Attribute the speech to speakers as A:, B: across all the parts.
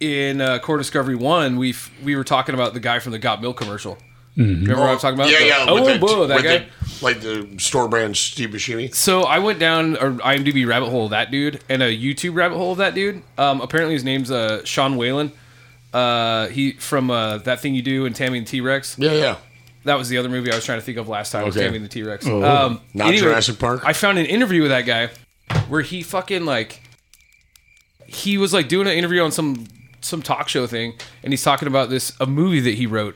A: in uh, Core Discovery One, we f- we were talking about the guy from the Got Milk commercial. Remember what I'm talking about?
B: Yeah,
A: The-
B: yeah.
A: Oh,
B: with the-
A: whoa, that
B: with
A: guy.
B: the- like the store brand Steve Buscemi.
A: So I went down a IMDb rabbit hole of that dude and a YouTube rabbit hole of that dude. Um, apparently his name's uh, Sean Whalen. Uh, he from uh, that thing you do and Tammy and T Rex.
B: Yeah, yeah.
A: That was the other movie I was trying to think of last time. was
B: Okay.
A: Tammy and the T Rex. Um,
B: Not Jurassic Park?
A: I found an interview with that guy where he fucking like he was like doing an interview on some some talk show thing, and he's talking about this a movie that he wrote,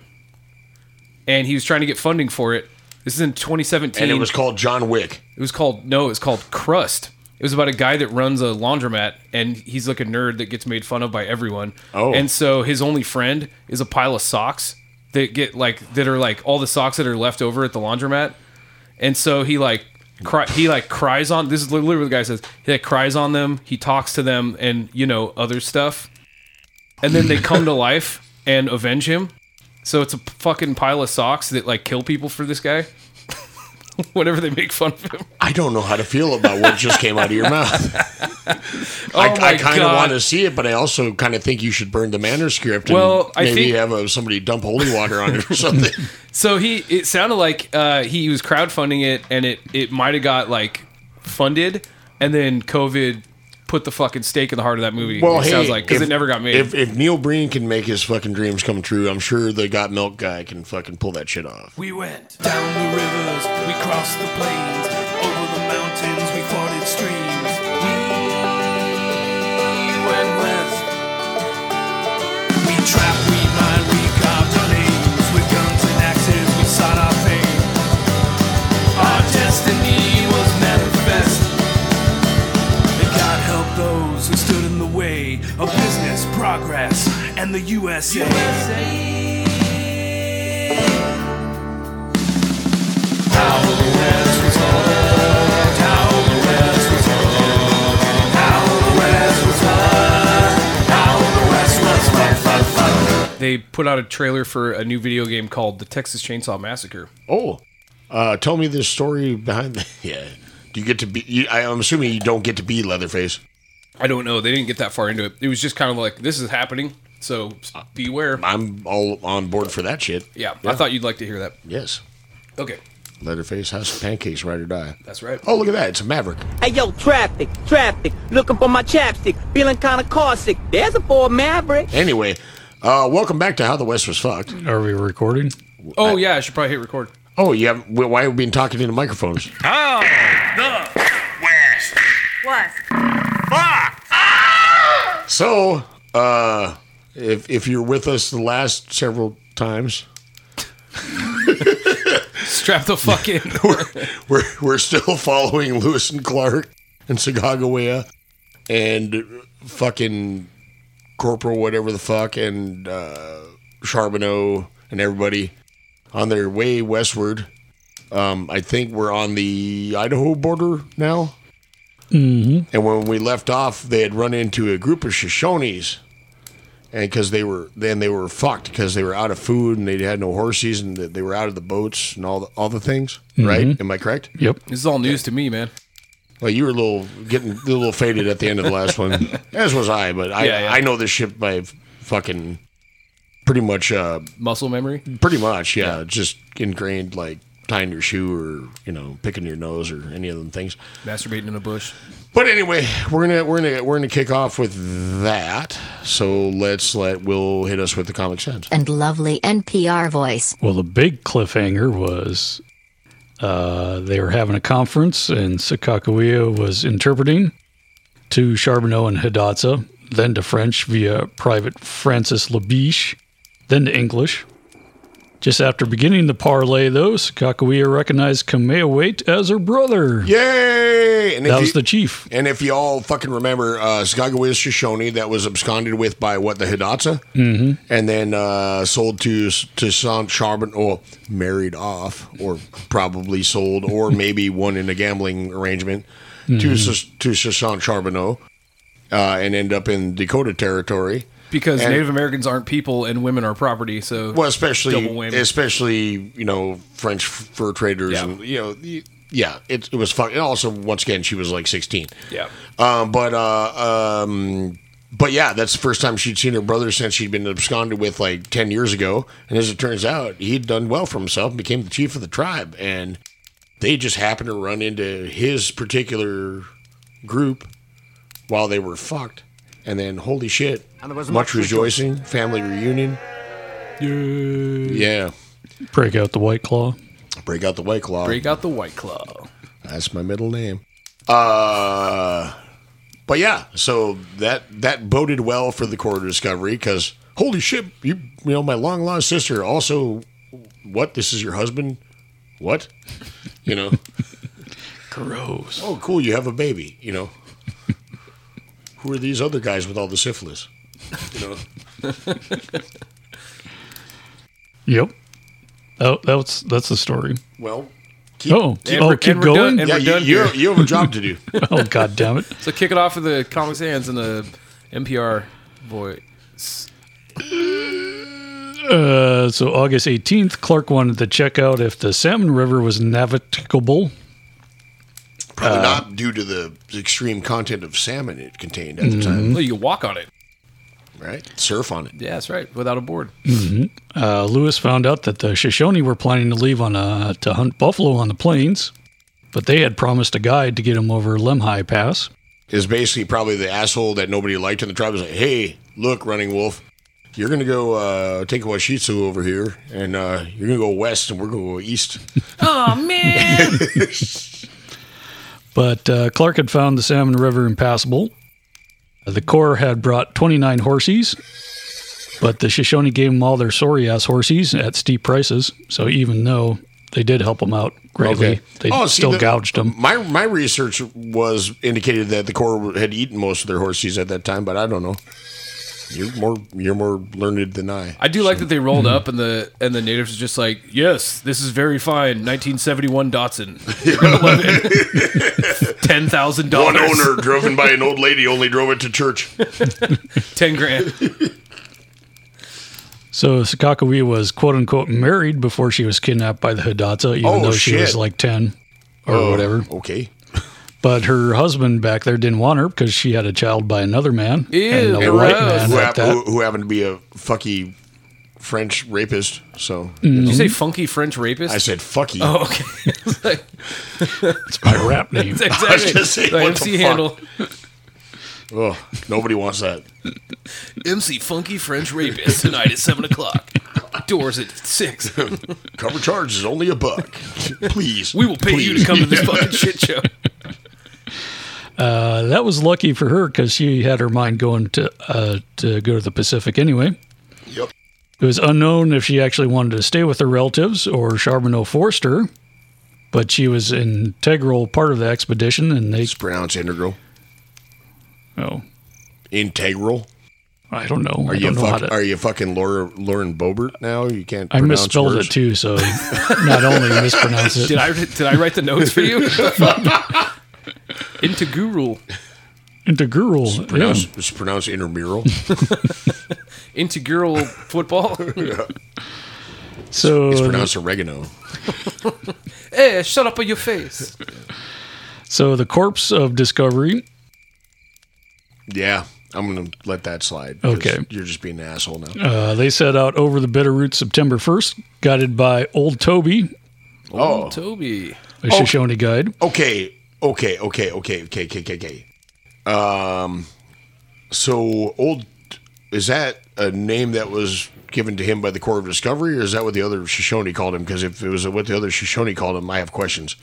A: and he was trying to get funding for it. This is in 2017.
B: And it was called John Wick.
A: It was called no, it was called Crust. It was about a guy that runs a laundromat and he's like a nerd that gets made fun of by everyone.
B: Oh.
A: And so his only friend is a pile of socks that get like that are like all the socks that are left over at the laundromat. And so he like cry, he like cries on this is literally what the guy says. He like cries on them, he talks to them and you know other stuff. And then they come to life and avenge him. So it's a fucking pile of socks that like kill people for this guy. Whenever they make fun of him.
B: I don't know how to feel about what just came out of your mouth.
A: Oh
B: I,
A: my
B: I kind of
A: God.
B: want to see it, but I also kind of think you should burn the manuscript. And
A: Well, I
B: maybe
A: think-
B: have uh somebody dump holy water on it or something.
A: So he, it sounded like uh, he was crowdfunding it, and it it might have got like funded, and then COVID put the fucking stake in the heart of that movie.
B: well,
A: it
B: hey,
A: sounds like because it
B: if-
A: never got made.
B: If, if Neil Breen can make his fucking dreams come true, I'm sure the Got Milk guy can fucking pull that shit off.
C: We went down the rivers, we crossed the plains, over the mountains, we forded streams. We went west. We trapped, we mined, we carved our names with guns and axes. We sought our fame. Our destiny was manifest. And God help those who stood in the way of business, progress, and the USA.
A: they put out a trailer for a new video game called The Texas Chainsaw Massacre.
B: Oh, uh, tell me the story behind. The, yeah, do you get to be? You, I, I'm assuming you don't get to be Leatherface.
A: I don't know. They didn't get that far into it. It was just kind of like this is happening, so beware.
B: I'm all on board for that shit.
A: Yeah, I thought you'd like to hear that.
B: Yes,
A: Okay,
B: Leatherface House of Pancakes, ride or die.
A: that's right.
B: Oh, look at that! It's a Maverick.
D: Hey yo, traffic, traffic, looking for my chapstick, feeling kinda caustic. There's a Ford Maverick.
B: Anyway, uh, welcome back to How the West Was Fucked.
E: Are we recording?
A: Oh yeah, I should probably hit record.
B: Oh, yeah. Why have we been talking into microphones?
F: What?
B: So, uh, if if you're with us the last several times,
A: Strap the fucking.
B: we're we're still following Lewis and Clark and Sagagoya and fucking Corporal whatever the fuck and uh, Charbonneau and everybody on their way westward. Um, I think we're on the Idaho border now. Mm-hmm. And when we left off, they had run into a group of Shoshones. And because they were then they were fucked because they were out of food and they had no horses and they were out of the boats and all the, all the things right? Am I correct?
E: Yep.
A: this is all news to me, man.
B: Well, you were a little getting a little faded at the end of the last one, as was I. But I,
A: Yeah, yeah.
B: I know this ship by f- fucking pretty much, uh,
A: Muscle memory.
B: pretty much, yeah, just ingrained like tying your shoe or you know picking your nose or any of them things.
A: Masturbating in a bush.
B: But anyway, we're gonna we're gonna we're gonna kick off with that. So let's let Will hit us with the comic sense.
G: and lovely NPR voice.
E: Well, the big cliffhanger was uh, they were having a conference, and Sakakuya was interpreting to Charbonneau and Hidatsa, then to French via Private Francis Labiche, then to English. Just after beginning the parlay, though, Sakakuya recognized Kamehawait as her brother.
B: Yay! And if
E: that
B: you-
E: was the chief.
B: And if y'all fucking remember, uh, Skagway Shoshone that was absconded with by what the Hidatsa, mm-hmm. and then uh, sold to to San Charbon or married off, or probably sold, or maybe won in a gambling arrangement to Sus- to Sasan Charbonneau, uh, and end up in Dakota territory.
A: Because
B: And-
A: Native Americans aren't people and women are property, so
B: Well, especially
A: Double whammy.
B: especially you know French fur traders,
A: Yeah.
B: and you know, y- yeah, it, it was fun. And also, once again, she was like sixteen.
A: yeah.
B: Um, but uh, um, But yeah, that's the first time she'd seen her brother since she'd been absconded with like 10 years ago. And as it turns out, he'd done well for himself and became the chief of the tribe. And they just happened to run into his particular group while they were fucked. And then, holy shit, much, rejoicing, family reunion. Yeah.
H: Break out the white claw.
B: Break out the white claw.
A: Break out the white claw.
B: That's my middle name. Uh, but yeah, so that that boded well for the quarter discovery because holy shit, you you know my long lost sister. Also, what this is your husband? What? You know?
H: Gross.
B: oh, cool. You have a baby. You know? Who are these other guys with all the syphilis? You know?
H: Yep. Oh, that's that's the story.
B: Well, keep,
H: Oh,
A: And
H: oh,
A: we're-
H: keep
A: and we're done-
H: going.
A: and
B: yeah,
A: we're
B: you,
A: done
B: you,
A: here.
B: you have a job to do.
H: Oh god damn it!
A: So kick it off with the comics hands and the NPR boy.
H: Uh, so August 18th, Clark wanted to check out if the Salmon River was navigable.
B: Probably
A: Uh,
B: not due to the extreme content of salmon it contained at the time,
A: Well, you can walk on it. mm-hmm.
B: right? Surf on it.
A: Yeah, that's right. Without a board.
H: Uh, Lewis found out that the Shoshone were planning to leave on a, to hunt buffalo on the plains, but they had promised a guide to get him over Lemhi Pass.
B: Is basically probably the asshole that nobody liked in the tribe. Is like, hey, look, Running Wolf, you're gonna go uh, take Washitsu over here, and uh, you're gonna go west, and we're gonna go east.
H: But uh, Clark had found the Salmon River impassable. Uh, The Corps had brought 29 horses, but the Shoshone gave them all their sorry ass horses at steep prices. So even though they did help them out greatly, they
B: Oh, see,
H: still
B: the-
H: gouged them.
B: My my research was indicated that the Corps had eaten most of their horses at that time, but I don't know. You're more you're more learned than I.
A: I do like that they rolled up and the and the natives are just like, yes, this is very fine. 1971 Datsun, ten thousand dollars,
B: driven by an old lady only drove it to church.
A: ten grand.
H: So Sakakawea was quote unquote married before she was kidnapped by the Hidatsa, even
B: Oh,
H: though she was
B: shit. Oh.
H: like 10 or whatever.
B: Okay.
H: But her husband back there didn't want her because she had a child by another man. and
A: Ew,
H: the
A: gross.
H: white man
B: who,
H: at
B: hap-
H: that.
B: who, who happened to be a fucky French rapist. So
H: Mm.
A: Did you say funky French rapist?
B: I said fucky.
A: oh, okay. It's like-
H: It's my rap name.
A: exactly.
B: I was gonna say,
A: The
B: what the
A: MC
B: fuck?
A: handle.
B: Ugh, nobody wants that.
A: MC Funky French Rapist tonight at seven o'clock. Doors at six.
B: Cover charge is only a buck. Please.
A: We will pay you to
B: please.
A: come to this fucking shit show.
H: Uh, that was lucky for her because she had her mind going to uh, to go to the Pacific anyway.
B: Yep.
H: It was unknown if she actually wanted to stay with her relatives or Charbonneau forced her, but she was an integral part of the expedition, and they
B: It's pronounced integral.
H: oh,
B: Integral.
H: I don't know.
B: Are
H: I
B: you
H: don't know how
B: fuck,
H: to.
B: Are you fucking Laura, Lauren Bobert now? You can't.
H: I
B: pronounce
H: misspelled
B: words.
H: it too, so not only mispronounce it.
A: Did I did I write the notes for you? Into guru.
H: Integral. Yeah.
B: Pronounce, It's pronounced intramural.
A: integral football.
B: It's
H: So,
B: pronounced oregano.
A: hey, shut up on your face.
H: so the corpse of Discovery.
B: Yeah, I'm gonna let that slide. 'cause
H: Okay.
B: You're just being an asshole now.
H: Uh, they set out over the Bitterroot September 1st, guided by Old Toby,
B: oh.
A: Toby.
H: a Shoshone guide.
B: Okay, okay, okay, okay, okay, okay, okay, okay. Um, so old is that a name that was given to him by the Corps of Discovery, or is that what the other Shoshone called him? Because if it was what the other Shoshone called him, I have questions.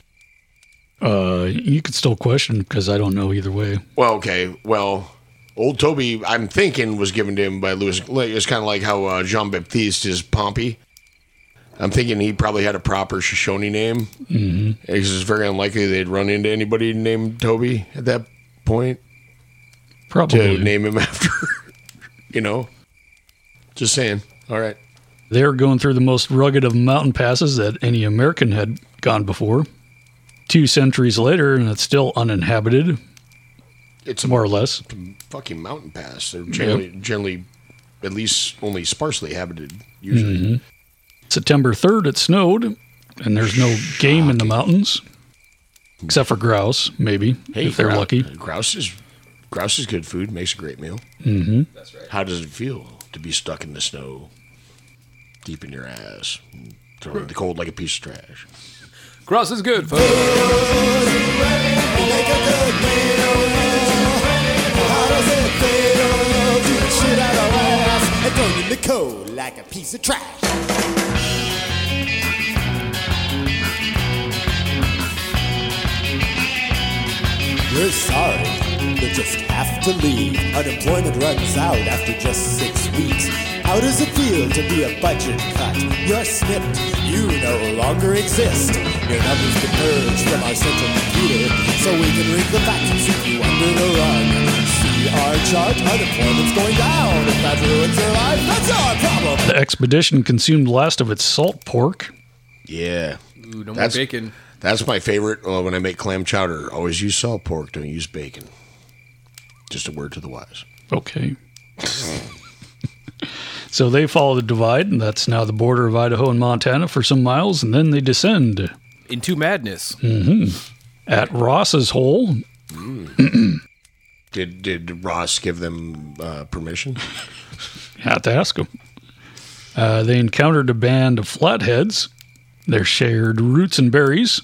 H: Uh, you could still question because I don't know either way.
B: Well, okay, well, old Toby, I'm thinking was given to him by Louis. like, It's kind of like how uh, Jean Baptiste is Pompey. I'm thinking he probably had a proper Shoshone name. Mm-hmm. It's just very unlikely they'd run into anybody named Toby at that point.
H: Probably.
B: to name him after. you know, just saying. All right.
H: They're going through the most rugged of mountain passes that any American had gone before. Two centuries later, and it's still uninhabited,
B: It's a
H: more or less.
B: fucking mountain pass. They're generally, generally, at least only sparsely habited. Usually,
H: Mm-hmm. September 3rd, it snowed, and there's no game in the mountains, except for grouse, maybe, if they're
B: grou-
H: lucky.
B: uh, Grouse is Grouse is good food, makes a great meal. Mm-hmm. That's right. How does it feel to be stuck in the snow, deep in your ass, thrown in the cold like a piece of trash?
A: Gross is good, folks.
F: Cold like a piece of trash. We're sorry, but just have to leave. Unemployment runs out after just six weeks. How does it feel to be a budget cut? You're snipped. You no longer exist. Your numbers diverge from our central computer, so we can read the facts and sweep you under the rug. See our chart. Unemployment's going down. If that ruins your life, that's our problem.
H: The expedition consumed last of its salt pork.
B: Yeah.
A: Ooh, no more
B: That's-
A: bacon.
B: That's my favorite uh, when I make clam chowder. Always use salt pork, don't use bacon. Just a word to the wise.
H: Okay. so they follow the divide, and that's now the border of Idaho and Montana for some miles, and then they descend
A: Into madness.
H: at Ross's Hole.
B: Did did Ross give them uh, permission?
H: Have to ask them. Uh, they encountered a band of flatheads. They shared roots and berries,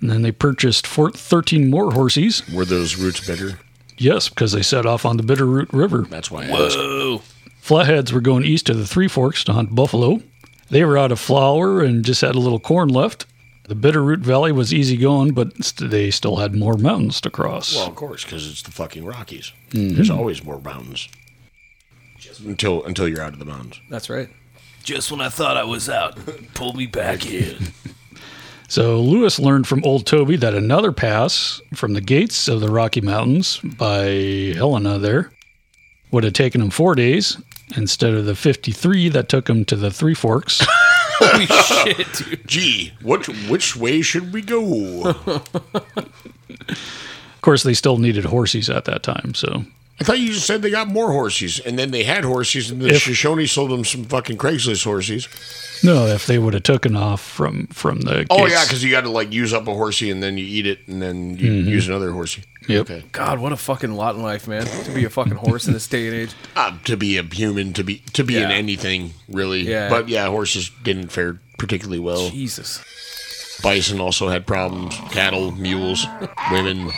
H: and then they purchased four- 13 more horses.
B: Were those roots bitter?
H: Yes, because they set off on the Bitterroot River.
B: That's why I asked.
H: Flatheads were going east to the Three Forks to hunt buffalo. They were out of flour and just had a little corn left. The Bitterroot Valley was easy going, but st- they still had more mountains to cross.
B: Well, of course, because it's the fucking Rockies. There's always more mountains. Until until you're out of the mountains.
A: That's right.
C: Just when I thought I was out, pull me back in.
H: so Lewis learned from Old Toby that another pass from the gates of the Rocky Mountains by Helena there would have taken him four days instead of the 53 that took him to the Three Forks.
A: Holy shit, dude.
B: Gee, what which way should we go?
H: of course, they still needed horses at that time, so
B: I thought you just said they got more horses, and then they had horses, and the
H: If-
B: Shoshone sold them some fucking Craigslist horses.
H: no, if they would have taken off from from the
B: Oh
H: gates.
B: yeah, because you got to like use up a horsey, and then you eat it, and then you use another horsey.
H: Yep.
B: Okay.
A: God, what a fucking lot in life, man. To be a fucking horse in this day and age.
B: Uh, to be a human, to be to be in
A: Yeah.
B: anything really.
A: Yeah.
B: But yeah, horses didn't fare particularly well.
A: Jesus.
B: Bison also had problems. Cattle, mules, women,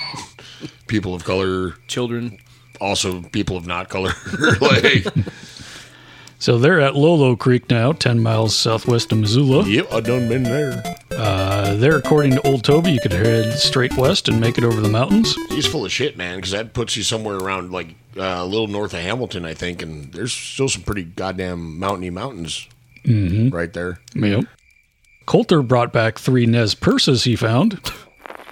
B: people of color,
A: Children.
B: also people of not color. like,
H: So they're at Lolo Creek now, 10 miles southwest of Missoula.
B: yep, I done been there.
H: Uh, there, according to Old Toby, you could head straight west and make it over the mountains.
B: He's full of shit, man, because that puts you somewhere around like uh, a little north of Hamilton, I think, and there's still some pretty goddamn mountainy mountains
A: Mm-hmm.
B: right there.
H: Yep. Coulter brought back three Nez purses he found.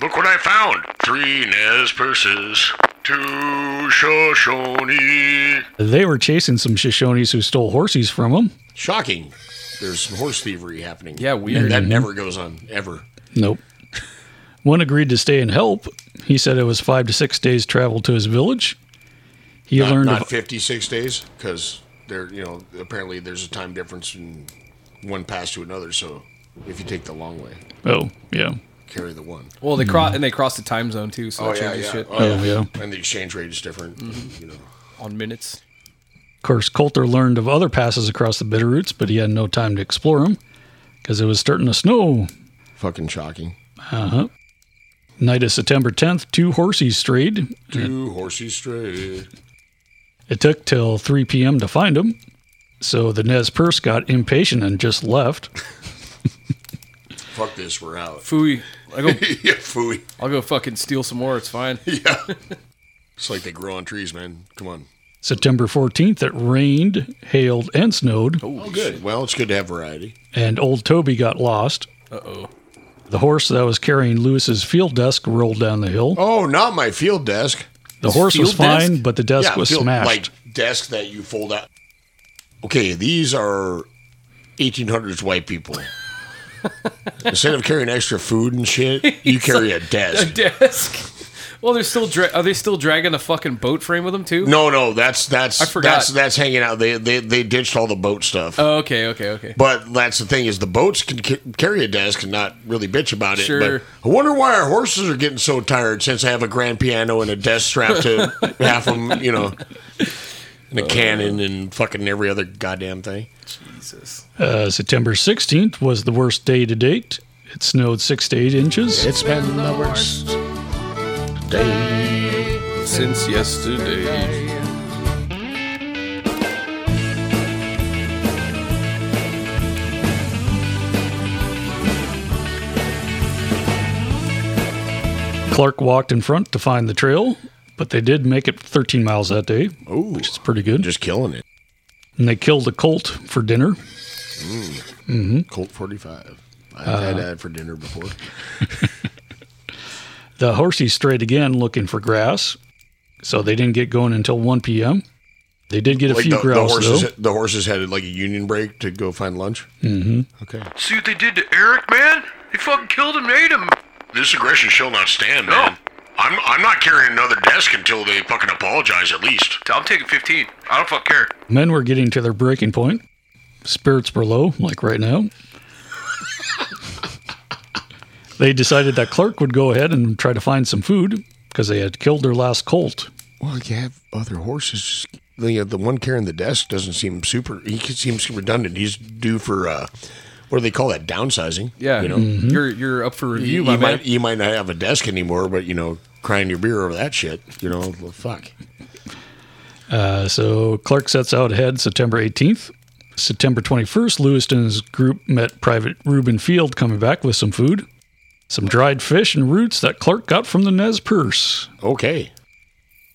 B: Look what I found! Three Nez purses, two Shoshone.
H: They were chasing some Shoshones who stole horses from them.
B: Shocking. There's some horse thievery happening.
A: Yeah, weird. Mm-hmm.
B: That never goes on, ever.
H: Nope. One agreed to stay and help. He said it was five to six days travel to his village. He
B: Not,
H: learned
B: not
H: of,
B: 56 days, because there, you know, apparently there's a time difference in one pass to another, so if you take the long way,
H: oh yeah
B: carry the one.
A: Well, they cross and they cross the time zone too, so that changes shit
H: Oh, yeah. Mm-hmm.
B: And the exchange rate is different, you know.
A: on minutes.
H: Of course, Coulter learned of other passes across the Bitterroots, but he had no time to explore them because it was starting to snow. Uh-huh.
B: Fucking shocking.
H: Night of September 10th, two horses strayed.
B: Two horses straight.
H: It took till 3 p.m. to find them, so the Nez Perce got impatient and just left.
B: Fuck this, we're out.
A: Fooey. I go
B: yeah, fooey.
A: I'll go fucking steal some more, it's fine.
B: It's like they grow on trees, man. Come on.
H: September 14th, it rained, hailed, and snowed,
B: Oh, good. Well, it's good to have variety.
H: and old Toby got lost.
A: Uh oh.
H: The horse that was carrying Lewis's field desk rolled down the hill.
B: Oh, not my field desk.
H: the horse was
A: field desk?
H: fine, but the desk was
B: field-
H: smashed.
B: Like desk that you fold out. Okay, these are 1800s white people. Instead of carrying extra food and shit, you carry a desk.
A: Desk. Well, they're still dra- are they still dragging the fucking boat frame with them too?
B: No, no, that's that's
A: I forgot.
B: that's that's hanging out. They they they ditched all the boat stuff.
A: Oh, okay, okay, okay.
B: but that's the thing is the boats can ca- carry a desk and not really bitch about it.
A: Sure.
B: But I wonder why our horses are getting so tired since I have a grand piano and a desk strapped to half of them, you know, and
A: Uh,
B: a cannon and fucking every other goddamn thing.
A: Jesus.
H: Uh, September 16th was the worst day to date. It snowed six to eight inches.
B: It's been the worst day.
A: Since yesterday.
H: Clark walked in front to find the trail, but they did make it 13 miles that day,
B: Ooh,
H: which is pretty good.
B: just killing it.
H: and they killed a colt for dinner.
B: Colt forty five. I've had that for dinner before.
H: The horsey strayed again looking for grass, so they didn't get going until 1 p.m. They did get a
B: Like
H: few
B: the, the
H: grouse,
B: horses,
H: though.
B: the horses had like a union break to go find lunch. Mm-hmm. Okay.
I: See what they did to Eric, man? They fucking killed him and ate him.
B: This aggression shall not stand, man. I'm I'm not carrying another desk until they fucking apologize at least.
I: I'm taking 15. I don't fuck care.
H: Men were getting to their breaking point. Spirits were low, like right now. they decided that Clark would go ahead and try to find some food because they had killed their last colt.
B: Well, you have other horses. The uh, the one carrying the desk doesn't seem super. He seems redundant. He's due for uh, what do they call that? Downsizing.
A: Yeah, Mm-hmm.
B: You know,
A: you're you're up for review,
B: you,
A: my
B: you
A: man.
B: might you might not have a desk anymore, but you know, crying your beer over that shit. You know, well, fuck.
H: Uh, so Clark sets out ahead September 18th. September 21st, Lewiston's group met Private Reuben Field coming back with some food, some dried fish and roots that Clark got from the Nez Perce.
B: Okay.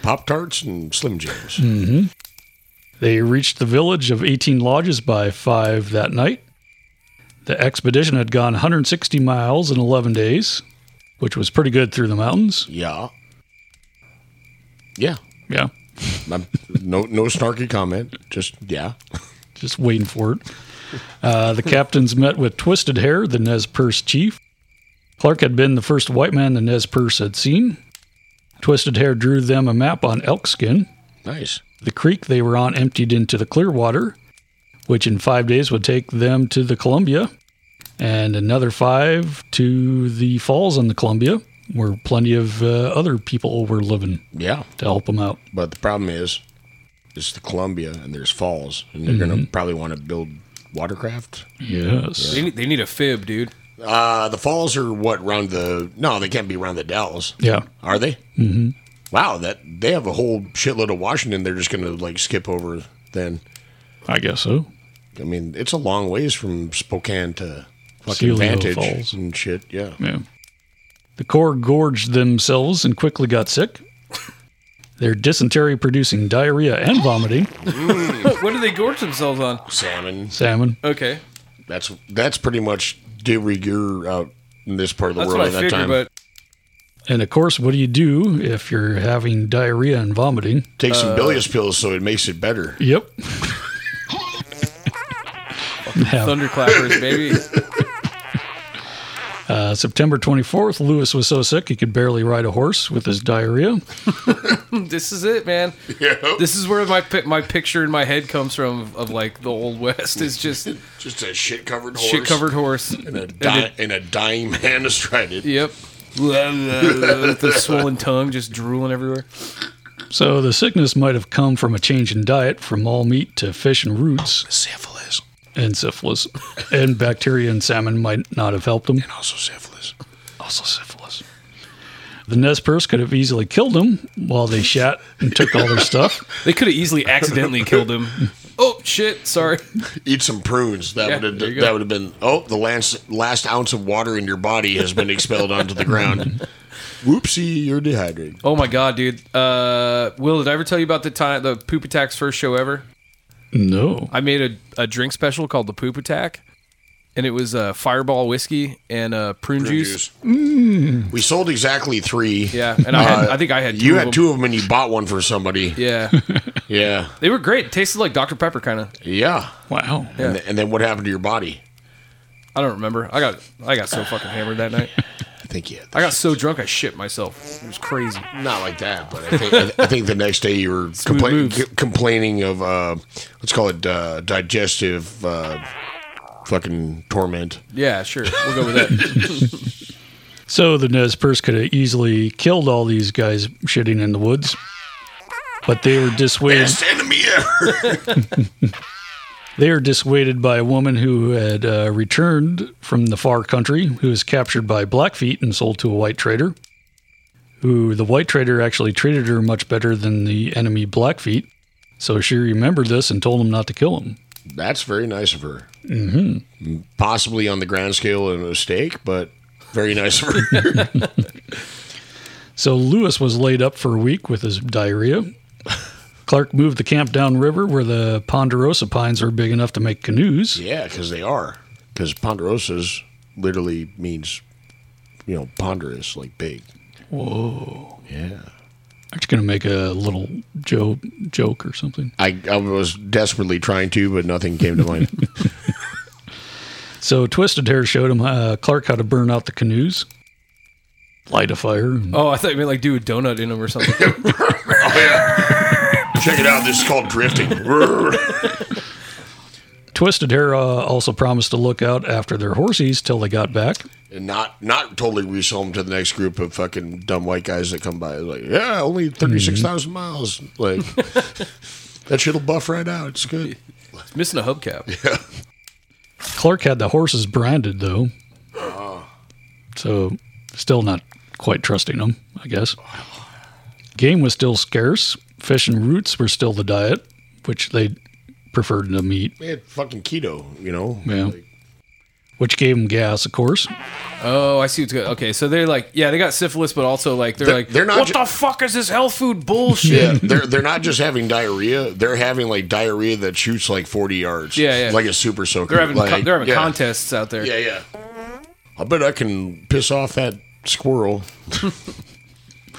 B: Pop tarts and Slim Jims.
H: They reached the village of 18 lodges by 5 that night. The expedition had gone 160 miles in 11 days, which was pretty good through the mountains.
B: Yeah. Yeah.
H: Yeah,
B: I'm, no no snarky comment. Just yeah.
H: just waiting for it. Uh, the captains met with Twisted Hair, the Nez Perce chief. Clark had been the first white man the Nez Perce had seen. Twisted Hair drew them a map on elk skin.
B: Nice.
H: The creek they were on emptied into the Clearwater, which in five days would take them to the Columbia, and another five to the falls on the Columbia, where plenty of uh, other people were living
B: Yeah.
H: to help them out.
B: But the problem is, it's the Columbia and there's falls, and they're going to probably want to build watercraft.
H: Yes.
A: They need, they need a fib, dude.
B: Uh, the falls are what round the? No, they can't be round the Dells,
H: Yeah.
B: are they? Mm-hmm. Wow, that they have a whole shitload of Washington. They're just going to like skip over. Then,
H: I guess so.
B: I mean, it's a long ways from Spokane to fucking
H: Celio
B: Vantage
H: Falls.
B: and shit. Yeah,
H: Yeah. The Corps gorged themselves and quickly got sick. Their dysentery producing diarrhea and vomiting.
A: what do they gorge themselves on?
B: salmon.
H: Salmon.
A: Okay,
B: That's that's pretty much de rigueur out in this part of the
A: that's
B: world
A: what I
B: at that
A: figured.
B: time.
A: But
H: And of course, what do you do if you're having diarrhea and vomiting?
B: Take
A: uh,
B: some bilious pills so it makes it better.
H: Yep. Yeah.
A: thunderclappers, baby.
H: Uh, September 24th, Lewis was so sick he could barely ride a horse with his diarrhea.
A: This is it, man. This is where my pi- my picture in my head comes from of, of like the old west. It's just
B: Just a shit covered horse.
A: shit covered horse.
B: And a, di- and a dying man astride it.
A: Yep. With the swollen tongue just drooling everywhere.
H: So the sickness might have come from a change in diet from all meat to fish and roots,
B: Syphilis.
H: and syphilis. and bacteria and salmon might not have helped him.
B: Also syphilis.
H: Also syphilis. The Nez Perce could have easily killed him while they shat and took all their stuff.
A: They could have easily accidentally killed him. Oh shit! Sorry.
B: Eat some prunes. That
A: Yeah,
B: would
A: there you
B: have
A: go.
B: that would have been oh, the last last ounce of water in your body has been expelled onto the ground. Whoopsie, you're dehydrated.
A: Oh my god, dude. Uh, Will, did I ever tell you about the time the poop attack's first show ever?
H: No.
A: I made a, a drink special called the Poop Attack, and it was uh, Fireball whiskey and uh, prune,
B: Prune
A: juice.
B: juice. We sold exactly three.
A: Yeah, and I had,
B: Uh,
A: I think I had two
B: you
A: of
B: had
A: them.
B: two of them and you bought one for somebody.
A: Yeah,
B: Yeah.
A: they were great. Tasted like Dr Pepper, kind of.
B: Yeah.
H: Wow.
B: And, th- and then what happened to your body?
A: I don't remember. I got I got so fucking hammered that night.
B: think he had.
A: I got so drunk I shit myself. It was crazy.
B: Not like that, but I think I, I think the next day you were compla-
A: moves.
B: c- complaining of uh, let's call it uh, digestive uh, fucking torment.
A: Yeah, sure. We'll go with that.
H: So the Nez Perce could have easily killed all these guys shitting in the woods, but they were dissuaded.
B: enemy ever.
H: They are dissuaded by a woman who had uh, returned from the far country, who was captured by Blackfeet and sold to a white trader. Who the white trader actually treated her much better than the enemy Blackfeet, so she remembered this and told him not to kill him.
B: That's very nice of her. Mm-hmm. Possibly on the grand scale of a mistake, but very nice of her.
H: So Lewis was laid up for a week with his diarrhea. Clark moved the camp downriver where the ponderosa pines are big enough to make canoes.
B: yeah, because they are. Because ponderosas literally means, you know, ponderous, like big. Whoa. Yeah.
H: I'm just gonna make a little jo- joke or something.
B: I, I was desperately trying to, but nothing came to mind.
H: So Twisted Hair showed him uh, Clark how to burn out the canoes, light a fire.
A: Oh, I thought you meant like do a donut in them or something.
B: Oh, Check it out. This is called drifting.
H: Twisted Hair uh, also promised to look out after their horses till they got back.
B: and not not totally resell them to the next group of fucking dumb white guys that come by. Like, yeah, only thirty miles. Like that shit'll buff right out. It's good.
A: It's missing a hubcap.
H: Clark had the horses branded though, so still not quite trusting them, I guess. Game was still scarce. Fish and roots were still the diet, which they preferred to meat,
B: Man, fucking keto. You know.
H: Yeah.
B: Like,
H: which gave them gas, of course.
A: Oh, I see what's good. Okay, so they're like, yeah, they got syphilis, but also like they're,
B: They're-
A: like,
B: they're not
A: What
B: ju-
A: the fuck is this health food bullshit?
B: yeah, they're they're not just having diarrhea; they're having like diarrhea that shoots like forty yards.
A: Yeah, yeah.
B: like a super soaker.
A: They're having
B: like,
A: con- they're having
B: yeah.
A: contests out there.
B: Yeah, yeah. I bet I can piss off that squirrel.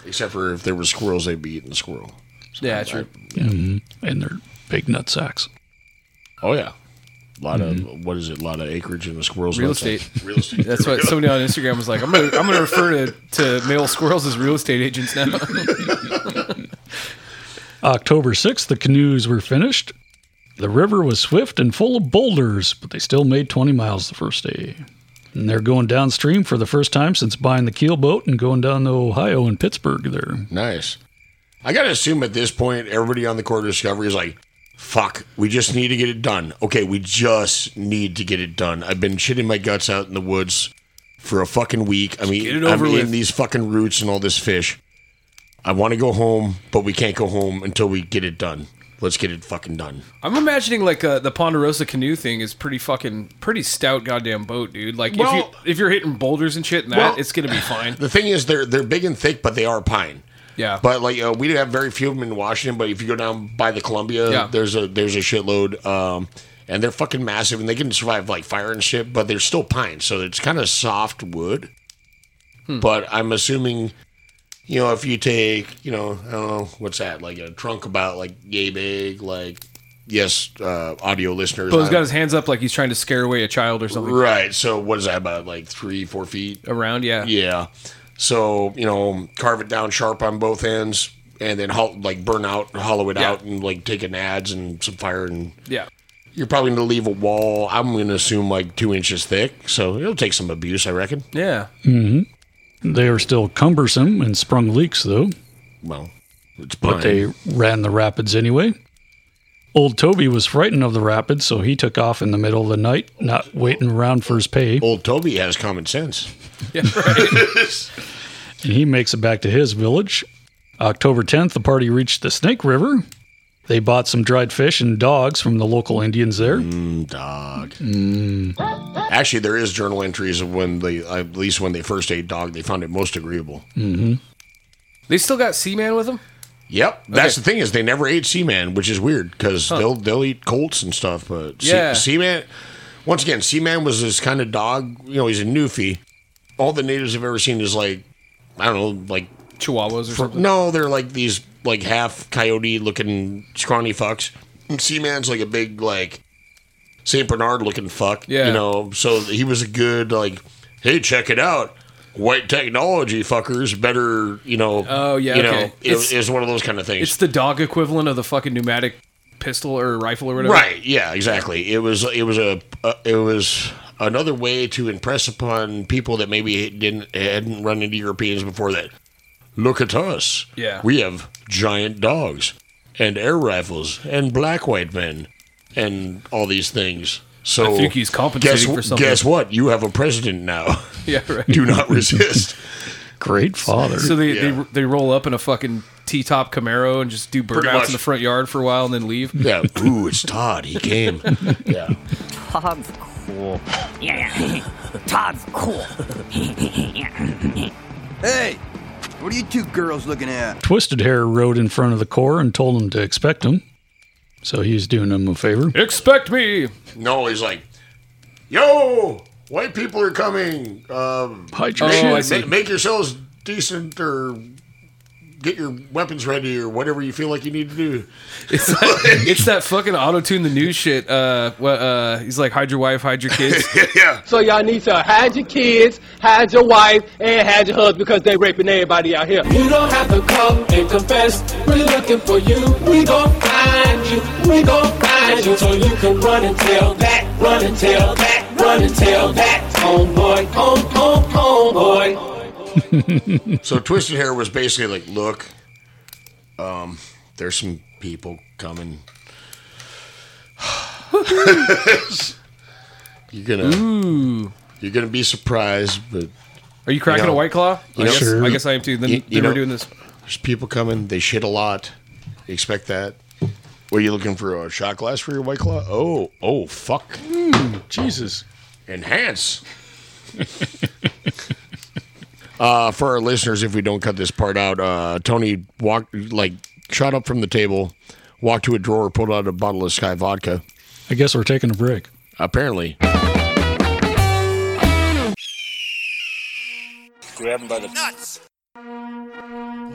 B: Except for if there were squirrels, they'd be eating the squirrel.
A: Yeah, true.
H: and their big nut sacks.
B: Oh yeah, a lot of what is it? A lot of acreage in the squirrels.
A: Mm-hmm. Real
B: website.
A: estate.
B: Real estate.
A: That's what somebody on Instagram was like. I'm gonna I'm gonna refer to, to male squirrels as real estate agents now.
H: October 6th, the canoes were finished. The river was swift and full of boulders, but they still made 20 miles the first day. And they're going downstream for the first time since buying the keel boat and going down the Ohio and Pittsburgh there.
B: Nice. I gotta assume at this point, everybody on the core discovery is like, "Fuck, we just need to get it done." Okay, we just need to get it done. I've been shitting my guts out in the woods for a fucking week. I
A: get
B: mean,
A: it
B: I'm
A: over with.
B: eating these fucking roots and all this fish. I want to go home, but we can't go home until we get it done. Let's get it fucking done.
A: I'm imagining like uh, the Ponderosa canoe thing is pretty fucking pretty stout goddamn boat, dude. Like if
B: Well-
A: you if you're hitting boulders and shit and that,
B: Well-
A: it's gonna be fine.
B: The thing is, they're they're big and thick, but they are pine.
A: Yeah.
B: But like uh, we do have very few of them in Washington, but if you go down by the Columbia,
A: Yeah.
B: there's a there's a shitload, um, and they're fucking massive, and they can survive like fire and shit, but they're still pine, so it's kind of soft wood. But I'm assuming, you know, if you take, you know, I don't know what's that, like a trunk about like yay big, like yes, uh, audio listeners,
A: Bo's
B: I-
A: got his hands up like he's trying to scare away a child or something.
B: right? So what is that about, like three, four feet?
A: Around, yeah.
B: Yeah. So, you know, carve it down sharp on both ends and then hol- like burn out, hollow it
A: Yeah.
B: out and like take an ads and some fire. And
A: Yeah.
B: you're probably going to leave a wall, I'm going to assume like two inches thick. So it'll take some abuse, I reckon.
A: Yeah.
H: They are still cumbersome and sprung leaks, though,
B: Well, it's fine.
H: but they ran the rapids anyway. Old Toby was frightened of the rapids, so he took off in the middle of the night, not waiting around for his pay, and
B: Old Toby has common sense.
A: Yeah, right.
H: he makes it back to his village. October 10th, the party reached the Snake River. They bought some dried fish and dogs from the local Indians there.
B: Dog. Actually, there is journal entries of when they, at least when they first ate dog, they found it most agreeable.
A: they still got Seaman with them?
B: Yep, that's the thing is they never ate Seaman, which is weird because they'll they'll eat colts and stuff, but Se-
A: Yeah.
B: Seaman. Once again, Seaman was this kind of dog. You know, he's a Newfie. All the natives I've ever seen is like, I don't know, like
A: Chihuahuas or something.
B: no, they're like these like half coyote looking scrawny fucks. And Seaman's like a big like Saint Bernard looking fuck.
A: Yeah.
B: you know. So he was a good like, hey, check it out. white technology fuckers better, you know.
A: Oh, yeah,
B: you know,
A: okay.
B: it-
A: It's-
B: it's, one of those kind of things.
A: It's the dog equivalent of the fucking pneumatic pistol or rifle or whatever.
B: Right. Yeah. Exactly. It was. It was a. Uh, it was another way to impress upon people that maybe didn't hadn't run into Europeans before that. Look at us.
A: Yeah.
B: We have giant dogs, and air rifles, and black white men, and all these things. So
A: I think he's compensating
B: guess,
A: for something.
B: Guess what? You have a president now.
A: Yeah, right.
B: Do not resist.
H: Great father.
A: So they,
B: Yeah.
A: they they roll up in a fucking T top Camaro and just do burnouts
B: much.
A: in the front yard for a while and then leave.
B: yeah. Ooh, it's Todd. He came. Yeah.
J: Todd's cool. Yeah, yeah. Todd's cool.
K: Hey, what are you two girls looking at?
H: Twisted Hair rode in front of the Corps and told him to expect him. So he's doing them a favor.
A: Expect me.
B: No, he's like, yo, white people are coming. Um,
H: Hide your
A: Oh,
H: shit.
A: I see.
B: make, make yourselves decent or get your weapons ready or whatever you feel like you need to do.
A: It's that, it's that fucking auto tune the news shit. Uh, wha- uh, he's like, hide your wife, hide your kids.
B: yeah.
C: So y'all need to hide your kids, hide your wife, and hide your husband because they raping everybody out here. You don't have to come and confess. We're looking for you. We gon' find you. We gon' find you. So you can run and tell that, run and tell that, run and tell that. Homeboy, home, home, homeboy.
B: So Twisted Hair was basically like, look, um, there's some people coming. you're gonna, you're gonna be surprised, but
A: Are you cracking
B: No.
A: a white claw? I
B: You know-
A: guess,
H: Sure.
A: I guess I am too. Then,
B: You- you
A: then we're
B: know-
A: doing this.
B: there's people coming. They shit a lot. You expect that. What are you looking for? A shot glass for your white claw? Oh, oh, fuck. Hmm,
H: Jesus.
B: enhance. uh, for our listeners, if we don't cut this part out, uh, Tony walked like shot up from the table, walked to a drawer, pulled out a bottle of Sky vodka.
H: I guess we're taking a break.
B: Apparently,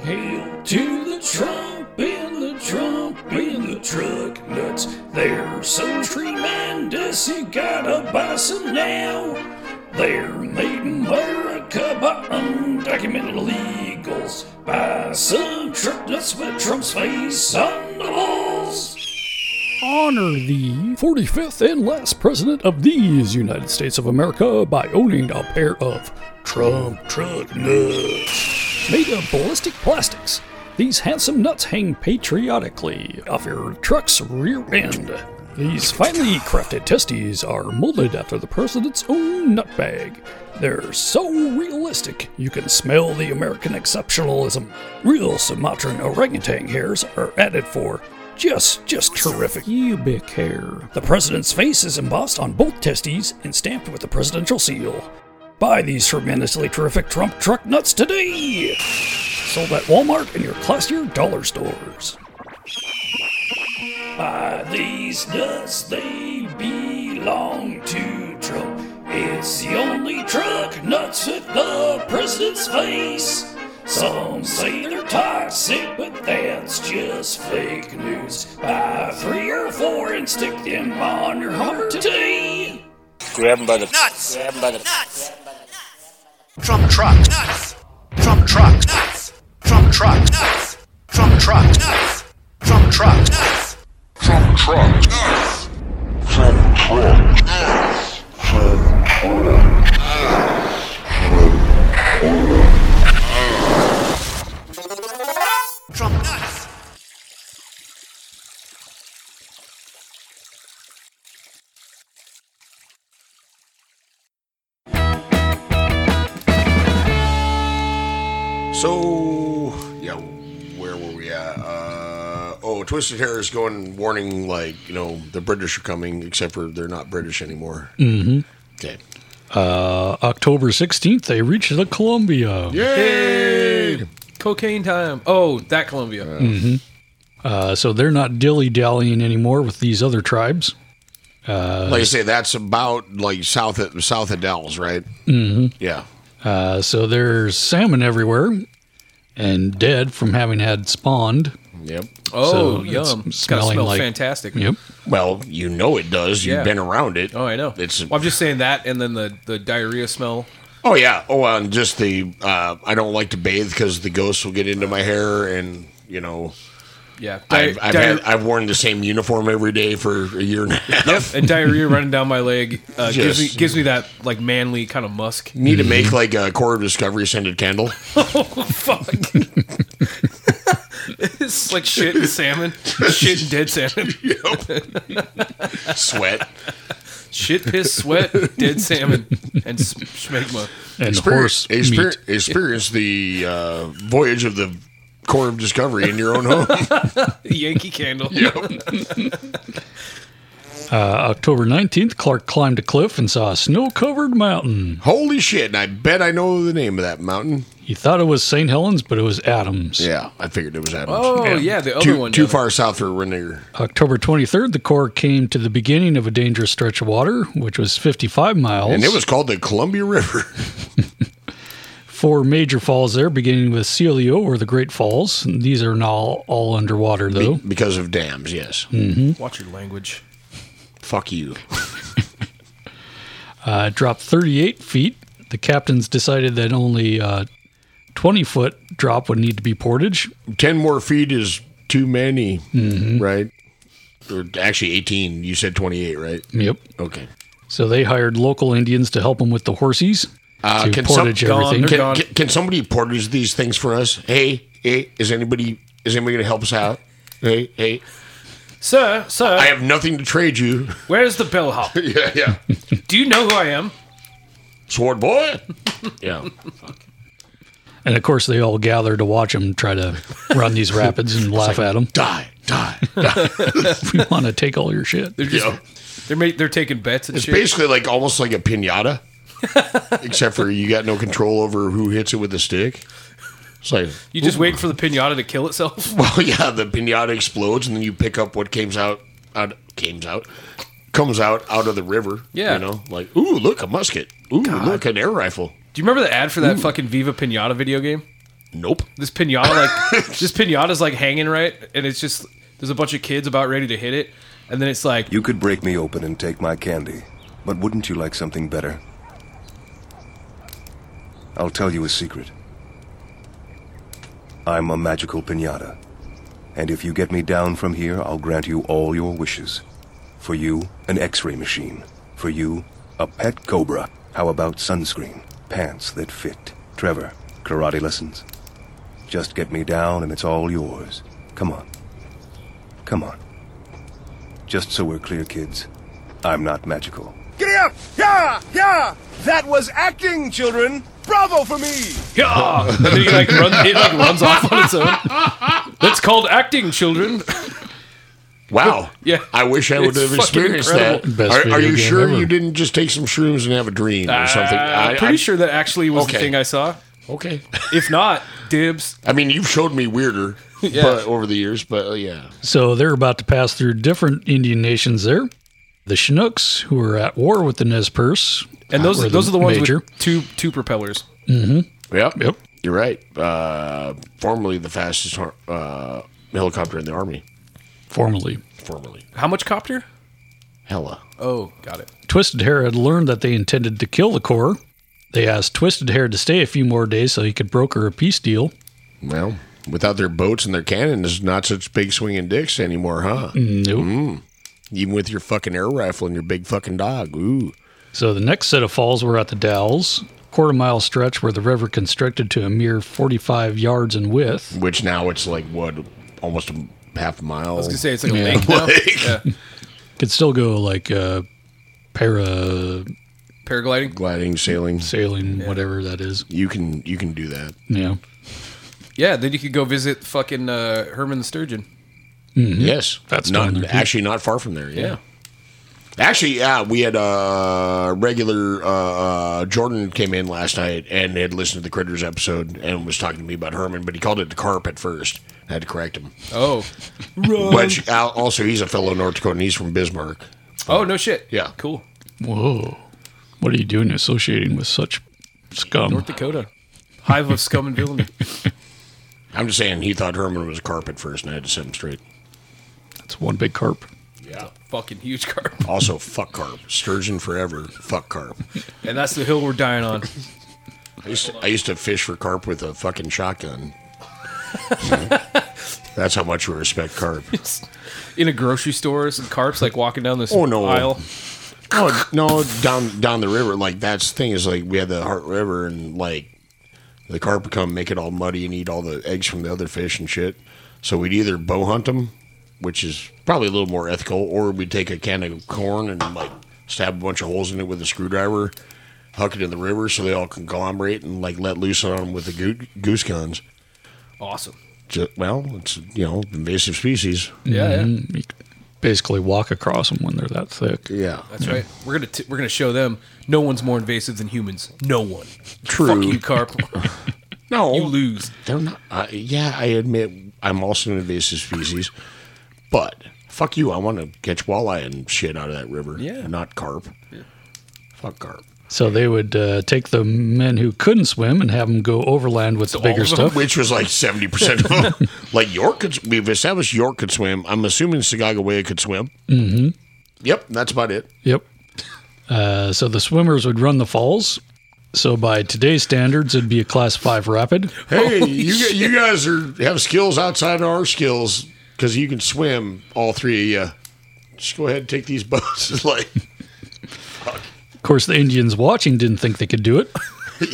C: Hail to the Trump in the Trump in the truck nuts. They're so tremendous, you gotta buy some now. They're made in America by undocumented illegals. Buy some truck nuts with Trump's face on the walls.
H: honor the 45th and last president of these United States of America by owning a pair of Trump truck nuts made of ballistic plastics. These handsome nuts hang patriotically off your truck's rear end. These finely crafted testes are molded after the president's own nut bag. They're so realistic, you can smell the American exceptionalism. Real Sumatran orangutan hairs are added for just, just terrific. Cubic hair. The president's face is embossed on both testes and stamped with the presidential seal. Buy these tremendously terrific Trump truck nuts today! Sold at Walmart and your classier dollar stores. Buy these nuts, they belong to Trump. It's the only truck nuts with the president's face. Some say they're toxic, but that's just fake news. Buy three or four and stick them on your heart today.
L: Trump truck nuts. Trump truck nuts. Trump truck nuts. Trump truck nuts. Trump truck nuts. Trump truck nuts.
B: so yeah. Where were we at? Uh, oh, Twisted Hair is going warning like you know the British are coming, except for they're not British anymore. Mm-hmm. Okay.
H: October 16th, they reached the Columbia.
B: Yay!
A: Cocaine time. Oh, that Columbia.
H: Mm. Uh, so they're not dilly dallying anymore with these other tribes.
B: Like I say, that's about like south of south of Dallas, right? Mm-hmm. Yeah.
H: Uh, so there's salmon everywhere and dead from having had spawned.
B: Yep.
A: Oh,
H: So it's
A: yum. It's gotta
H: smelling
A: smell
H: like-
A: fantastic.
H: Yep.
B: Well, you know it does. You've
A: Yeah.
B: been around it.
A: Oh, I know.
B: It's
A: Well, I'm just saying that, and then the, the diarrhea smell.
B: Oh yeah. Oh, and just the uh, I don't like to bathe because the ghosts will get into my hair, and you know,
A: Yeah,
B: I've,
A: Di-
B: I've,
A: di-
B: had, I've worn the same uniform every day for a year and a half.
A: and diarrhea running down my leg uh, gives me
B: Yes.
A: gives me that like manly kind of musk.
B: Need to make like a core of discovery scented candle.
A: it's like shit and salmon, shit and dead salmon.
B: Sweat.
A: Shit, piss, sweat, dead salmon, and s- schmegma.
B: experience, experience, experience the uh, voyage of the core of discovery in your own home.
A: Yankee candle.
E: Uh, October 19th, Clark climbed a cliff and saw a snow covered mountain.
B: Holy shit, and I bet I know the name of that mountain.
E: He thought it was St. Helens, but it was Adams.
B: Yeah, I figured it was Adams.
A: Oh, yeah, the other
B: too,
A: one, the
B: Too
A: other-
B: far south for Renier.
E: October 23rd, the Corps came to the beginning of a dangerous stretch of water, which was 55 miles.
B: And it was called the Columbia River.
E: four major falls there, beginning with Celio or the Great Falls. These are now all underwater,
B: Be-
E: though.
B: because of dams, yes.
A: Watch your language.
B: Fuck you.
E: Uh, it dropped 38 feet. The captains decided that only uh, 20 foot drop would need to be portage.
B: 10 more feet is too many, right? Or actually, 18. You said 28, right?
E: Yep.
B: Okay.
E: So they hired local Indians to help them with the horses
B: Uh,
E: to
B: can, some,
E: portage everything.
B: can, can- can somebody portage these things for us? Hey, hey, is anybody is anybody going to help us out? Hey, hey,
A: Sir, sir,
B: I have nothing to trade you.
A: where's the bellhop?
B: yeah, yeah.
A: Do you know who I am?
B: Sword boy? Yeah.
E: and of course, they all gather to watch them try to run these rapids and laugh at 'em.
B: Die, die.
E: at them. we want to take all your shit.
A: They're just
B: Yeah.
A: they're ma- they're taking bets and
B: It's
A: shit.
B: basically like almost like a pinata, except for you got no control over who hits it with a stick. It's like,
A: you just wait for the pinata to kill itself.
B: well, yeah, the pinata explodes, and then you pick up what comes out, out comes out, comes out out of the river.
A: Yeah.
B: you know, like ooh, look a musket. Ooh, look an air rifle.
A: Do you remember the ad for that fucking Viva Pinata video game?
B: Nope.
A: This pinata, like this pinata's like hanging right, and it's just there's a bunch of kids about ready to hit it, and then it's like
M: You could break me open and take my candy, but wouldn't you like something better? I'll tell you a secret. I'm a magical pinata, and if you get me down from here, I'll grant you all your wishes. For you, an x ray machine. For you, a pet cobra. How about sunscreen? Pants that fit. Trevor, karate lessons. Just get me down and it's all yours. Come on. Come on. Just so we're clear, kids, I'm not magical.
N: Get up! Yeah! Yeah! That was acting, children! Bravo for me!
A: yeah, and then he like runs, it like runs off on its own. That's called acting, children.
B: Wow.
A: Yeah.
B: I wish I would
A: It's
B: have
A: fucking
B: experienced
A: incredible.
B: that.
E: Best
B: Are,
E: video
B: are you
E: game
B: sure
E: ever.
B: you didn't just take some shrooms and have a dream or something?
A: I'm
B: I-
A: Uh, pretty
B: I-
A: sure that actually was the
B: Okay.
A: thing I saw.
B: Okay.
A: If not, dibs.
B: I mean, you've showed me weirder
A: Yeah.
B: but, over the years, but uh, yeah.
E: So they're about to pass through different Indian nations there. The Chinooks, who are at war with the Nez Perce,
A: And those
E: were
A: those are the ones
E: major.
A: with two two propellers.
B: Yep.
E: Yep.
B: You're right. Uh, formerly the fastest har- uh, helicopter in the army.
E: formerly.
B: Formerly.
A: How much copter?
B: Hella.
A: Oh, got it.
E: Twisted Hair had learned that they intended to kill the Corps. They asked Twisted Hair to stay a few more days so he could broker a peace deal.
B: Well, without their boats and their cannon, there's not such big swinging dicks anymore, huh?
E: Mm,
B: Mm.
E: Nope.
B: Even with your fucking air rifle and your big fucking dog. Ooh.
E: So the next set of falls were at the Dalles, quarter mile stretch where the river constricted to a mere 45 yards in width.
B: Which now it's like, what, almost a half mile?
A: I was gonna say it's like a
E: Yeah.
A: lake now. Yeah.
E: Could still go like uh, para
A: Paragliding.
B: gliding, sailing.
E: sailing, whatever that is.
B: You can you can do that.
E: Yeah.
A: Yeah, then you could go visit fucking uh, Herman the Sturgeon.
B: Yes,
E: That's
B: not
E: down there, too.
B: actually not far from there. Yeah. Actually, yeah, we had uh, regular uh, uh, Jordan came in last night and had listened to the Critters episode and was talking to me about Herman, but he called it the carp at first. I had to correct him.
A: Oh,
B: Which al- also, he's a fellow North Dakota and he's from Bismarck.
A: oh no shit.
B: Yeah.
A: cool.
E: Whoa. What are you doing associating with such scum?
A: North Dakota, hive of scum and villainy.
B: I'm just saying he thought Herman was a carp at first, and I had to set him straight.
E: That's one big carp.
B: Yeah.
A: fucking huge carp,
B: Also, fuck carp. Sturgeon forever. Fuck carp.
A: and that's the hill we're dying on.
B: I used, to, I used to fish for carp with a fucking shotgun. So, that's how much we respect carp.
A: in a grocery store, some carps like walking down this
B: Oh no!
A: aisle.
B: Oh no! Down down the river, like that's the thing is like we had the Heart River and like the carp would come make it all muddy and eat all the eggs from the other fish and shit. So we'd either bow hunt them, which is probably a little more ethical, or we'd take a can of corn and like stab a bunch of holes in it with a screwdriver, huck it in the river so they all conglomerate and like let loose on them with the goo- goose guns.
A: Awesome.
B: Ju- well, it's you know invasive species.
A: Yeah, yeah.
B: Mm-hmm.
E: You basically walk across them when they're that thick.
B: Yeah.
A: That's right. We're gonna t- we're gonna show them no one's more invasive than humans. No one.
B: True.
A: Fuck you, carp.
B: No,
A: you lose.
B: They're not. Uh, yeah, I admit I'm also an invasive species, but fuck you. I want to catch walleye and shit out of that river. Yeah, not carp. Fuck carp.
E: So they would uh, take the men who couldn't swim and have them go overland with the bigger stuff.
B: which was like seventy percent of them. like York, could, we've established York could swim. I'm assuming Sagagawea could swim.
E: hmm
B: Mm-hmm. Yep, that's about it.
E: Yep. Uh, so the swimmers would run the falls. So by today's standards, it'd be a class five rapid.
B: Hey, you gu- you guys are have skills outside of our skills because you can swim. All three of you. Just go ahead and take these boats. It's like
E: Of course, the Indians watching didn't think they could do it.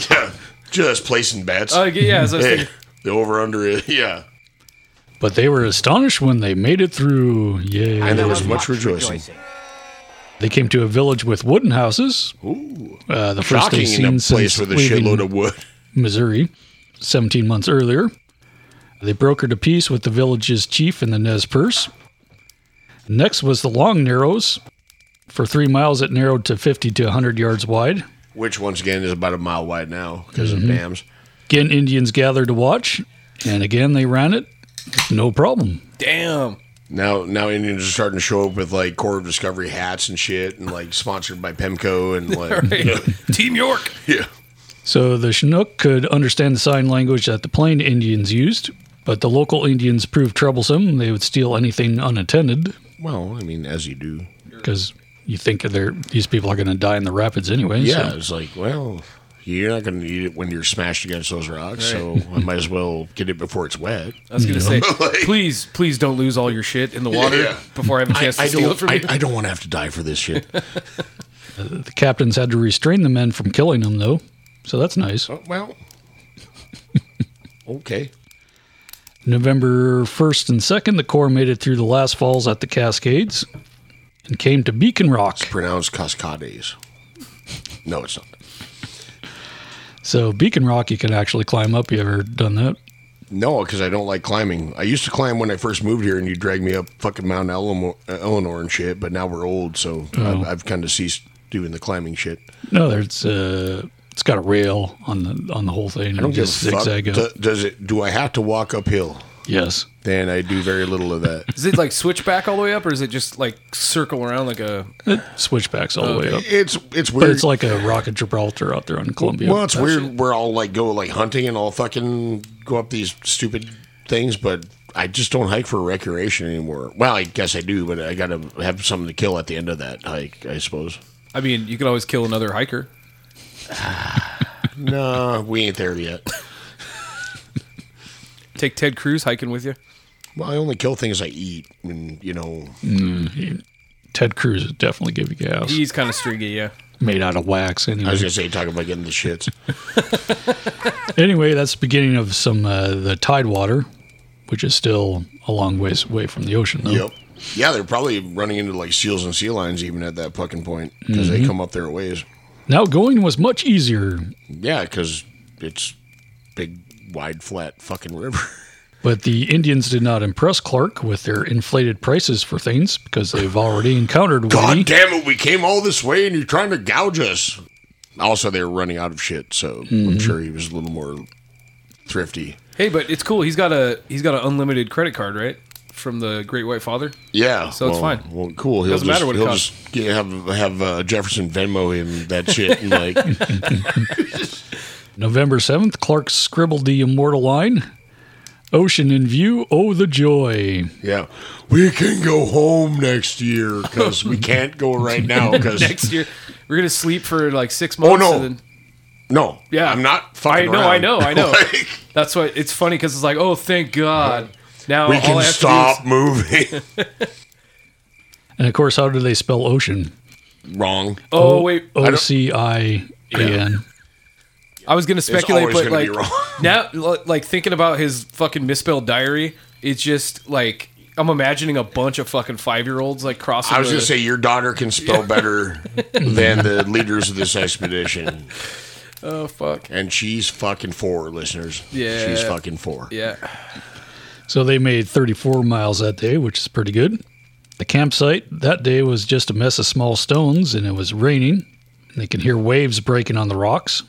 B: yeah, just placing bets.
A: Oh, yeah, that's what I was
B: Hey,
A: thinking.
B: the over under is yeah.
E: But they were astonished when they made it through. Yay.
B: And there was much rejoicing.
E: They came to a village with wooden houses.
B: Ooh.
E: Uh, the first
B: Shocking
E: they've
B: in a
E: seen
B: place
E: since
B: with a
E: leaving
B: shitload of wood.
E: Missouri, 17 months earlier. They brokered a peace with the village's chief and the Nez Perce. Next was the Long Narrows. For three miles, it narrowed to 50 to 100 yards wide.
B: Which once again is about a mile wide now because
E: Mhm.
B: of dams.
E: Again, Indians gathered to watch, and again, they ran it. No problem.
A: Damn.
B: Now now Indians are starting to show up with like Corps of Discovery hats and shit and like sponsored by Pemco and like
A: Team York.
B: Yeah.
E: So the Chinook could understand the sign language that the Plain Indians used, but the local Indians proved troublesome. They would steal anything unattended
B: Well, I mean, as you do.
E: because you think they're these people are going to die in the rapids anyway.
B: yeah,
E: so-
B: it's like, well, you're not gonna need it when you're smashed against those rocks, so
A: Right.
B: I might as well get it before it's wet.
A: I was gonna say, please, please don't lose all your shit in the water
B: Yeah.
A: before I have a chance
B: I
A: to steal
B: don't-
A: it from you.
B: I, I don't want to have to die for this shit. Uh,
E: the captains had to restrain the men from killing them, though. So that's nice.
B: well, okay.
E: November 1st and 2nd, the Corps made it through the last falls at the Cascades and came to Beacon Rock.
B: pronounced Cascades. No, it's not.
E: So, Beacon Rock, you can actually climb up. You ever done that?
B: No, because I don't like climbing. I used to climb when I first moved here, and you dragged me up fucking Mount Elemo- uh, Eleanor and shit. But now we're old, so
A: Oh.
B: I've, I've kind of ceased doing the climbing shit.
E: No, there's uh, it's got a rail on the on the whole thing.
B: I don't
E: You
B: give a
E: just
B: fuck.
E: zigzag
B: Do-
E: up.
B: does it? Do I have to walk uphill?
E: Yes.
B: Then I do very little of that.
A: Is it like switch back all the way up, or is it just like circle around like a?
E: It switchbacks all the way up.
B: It's it's
E: But
B: weird.
E: it's like a rock at Gibraltar out there on Columbia.
B: Well, it's weird. We're all like go like hunting and all fucking go up these stupid things, but I just don't hike for recreation anymore. Well, I guess I do, but I gotta have something to kill at the end of that hike, I suppose.
A: I mean, you could always kill another hiker.
B: no, we ain't there yet.
A: Take Ted Cruz hiking with you.
B: Well, I only kill things I eat, and you know,
E: Mm, he- Ted Cruz would definitely give you gas.
A: He's kind of stringy, yeah.
E: Made out of wax, anyway.
B: I was gonna say talk about getting the shits.
E: anyway, that's the beginning of some uh, the tidewater, which is still a long ways away from the ocean, though.
B: Yep. Yeah, they're probably running into like seals and sea lions even at that fucking point because they
E: Mhm.
B: come up their ways.
E: Now going was much easier,
B: Yeah, because it's big, wide, flat fucking river.
E: but the Indians did not impress Clark with their inflated prices for things because they've already encountered
B: God
E: Whitey.
B: damn it, we came all this way and you're trying to gouge us. Also, they were running out of shit, so I'm
A: Mhm.
B: sure he was a little more thrifty.
A: Hey, but it's cool. He's got a he's got an unlimited credit card, right? From the Great White Father.
B: Yeah,
A: So it's
B: well-
A: fine.
B: Well, cool. He'll
A: Doesn't
B: just,
A: matter what it
B: he'll
A: costs.
B: just get- have have uh, Jefferson Venmo him that shit and like
E: November 7th, Clark scribbled the immortal line Ocean in view, oh the joy.
B: yeah, we can go home next year because we can't go right now because
A: next year we're gonna sleep for like six
B: Oh,
A: months.
B: no.
A: and then
B: No. Yeah. I'm not
A: I
B: fucking
A: know, I
B: around.
A: know, I know.
B: Like,
A: That's why it's funny because it's like, oh, thank God. Now
B: we
A: all
B: can
A: I have to do
B: stop
A: is-
B: moving.
E: And of course, how do they spell ocean?
B: Wrong.
A: Oh, wait. I don't-
E: O C I A N.
A: I was going to
E: It's
A: speculate,
E: always
A: but
E: gonna be
A: like
E: wrong.
A: now, l- like thinking about his fucking misspelled diary, it's just like I'm imagining a bunch of fucking five year olds like crossing.
B: I was
A: the-
B: going to say your daughter can spell better than the leaders of this expedition.
A: Oh fuck!
B: And she's fucking four, listeners.
A: Yeah.
B: She's fucking four.
A: Yeah.
E: So they made 34 miles that day, which is pretty good. The campsite that day was just a mess of small stones and it was raining. And they can hear waves breaking on the rocks.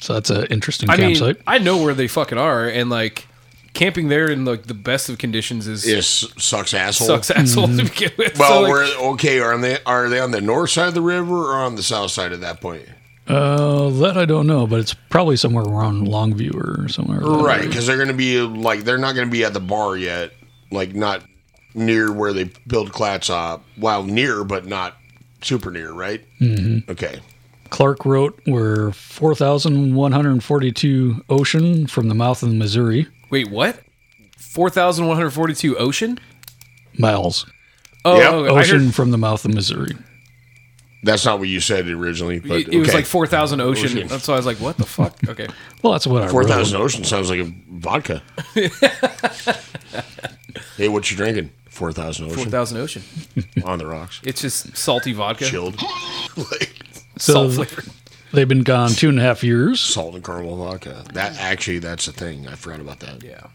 E: So that's an interesting
A: I mean,
E: campsite.
A: I know where they fucking are, and like camping there in like the best of conditions is
B: Yes, sucks asshole.
A: sucks
E: Mm-hmm.
A: asshole to begin with.
B: Well,
A: So, like,
B: we're okay. Are they are they on the north side of the river or on the south side at that point?
E: uh, that I don't know, but it's probably somewhere around Longview or somewhere.
B: Right, right,
E: Because
B: because they're going to be like they're not going to be at the bar yet, like not near where they build Clatsop. Well, near but not super near, right?
A: Mm-hmm.
E: Mhm.
B: Okay.
E: Clark wrote, we're 4,142 ocean from the mouth of the Missouri
A: wait, what? Four thousand one hundred forty two ocean.
E: miles.
A: Oh, Yep. okay, I
E: ocean
A: heard-
E: from the mouth of Missouri.
B: That's not what you said originally, but
A: it it was
B: okay.
A: like four thousand ocean.
B: Ocean.
A: That's why I was like, what the fuck? Okay.
E: Well, that's what I
B: Four
E: wrote.
B: thousand ocean sounds like a vodka. hey, what you drinking? Four thousand ocean.
A: 4,000 Ocean.
B: on the rocks.
A: It's just salty vodka.
B: Chilled. like,
E: So
A: salt flavored.
E: they've been gone two and a half years.
B: Salt and caramel vodka. That actually, that's a thing. I forgot about that.
A: Yeah.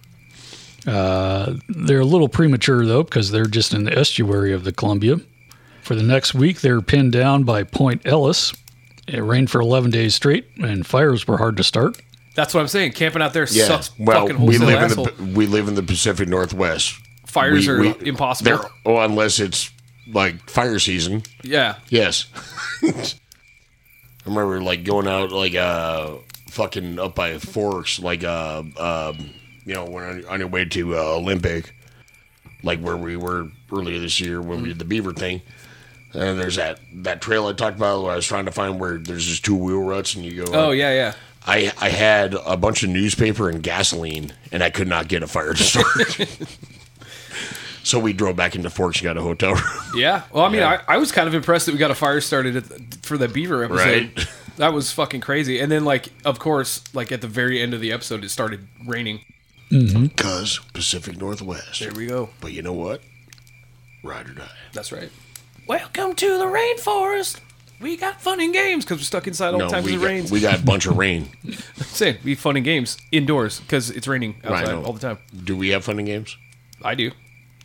E: Uh, they're a little premature though because they're just in the estuary of the Columbia. For the next week, they're pinned down by Point Ellis. It rained for 11 days straight, and fires were hard to start.
A: That's what I'm saying. Camping out there
B: Yeah.
A: sucks
B: well,
A: fucking
B: we
A: wholesale
B: live
A: asshole.
B: in the we live in the Pacific Northwest.
A: Fires
B: We-
A: are
B: we-
A: impossible.
B: they're- Oh, unless it's like fire season.
A: Yeah.
B: Yes. I remember like going out like uh fucking up by forks like uh um you know when on, on your way to uh, Olympic like where we were earlier this year when we did the beaver thing. And there's that that trail I talked about where I was trying to find where there's just two wheel ruts and you go
A: Oh
B: up.
A: yeah, yeah.
B: I I had a bunch of newspaper and gasoline and I could not get a fire to start. so we drove back into Forks and got a hotel room.
A: Yeah. Well, I mean,
B: Yeah.
A: I, I was kind of impressed that we got a fire started at the, for the beaver episode.
B: Right.
A: That was fucking crazy. And then, like, of course, like at the very end of the episode, it started raining.
E: Mhm.
B: Because Pacific Northwest. There
A: we go.
B: But you know what? Ride or die.
A: That's right. Welcome to the rainforest. We got fun and games because we're stuck inside all the time
B: we,
A: because it
B: got,
A: rains.
B: we got a bunch of rain.
A: I'm saying we have fun and games indoors because it's raining
B: Right,
A: outside
B: I know.
A: all the time.
B: Do we have fun and games?
A: I do.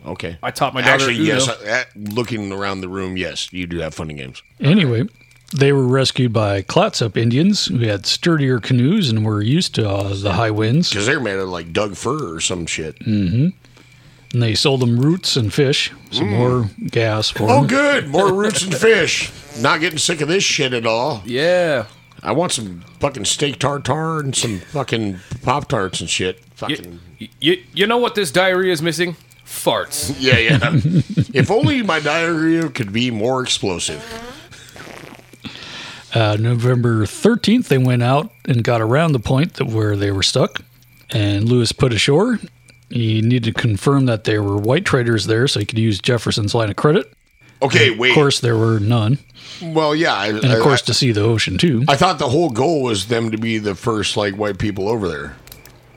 B: Okay.
A: I taught my daughter
B: Actually,
A: Uno.
B: yes. I- at- looking around the room, yes, you do have fun and games.
E: Anyway, they were rescued by Clatsop Indians who had sturdier canoes and were used to uh, the high winds.
B: Because they're made of like Doug fir or some shit.
A: Mm-hmm.
E: hmm And they sold them roots and fish, some more gas for
B: Oh,
E: them.
B: good. More roots and fish. Not getting sick of this shit at all.
A: Yeah.
B: I want some fucking steak tartare and some fucking Pop Tarts and shit. Fucking.
A: You, you, you know what this diarrhea is missing? Farts.
B: Yeah, yeah. if only my diarrhea could be more explosive.
E: Uh, November 13th, they went out and got around the point that where they were stuck, and Lewis put ashore. He needed to confirm that there were white traders there so he could use Jefferson's line of credit.
B: Okay,
E: And
B: wait.
E: Of course, there were none.
B: Well, yeah. I,
E: And of course, to see the ocean, too.
B: I thought the whole goal was them to be the first like white people over there.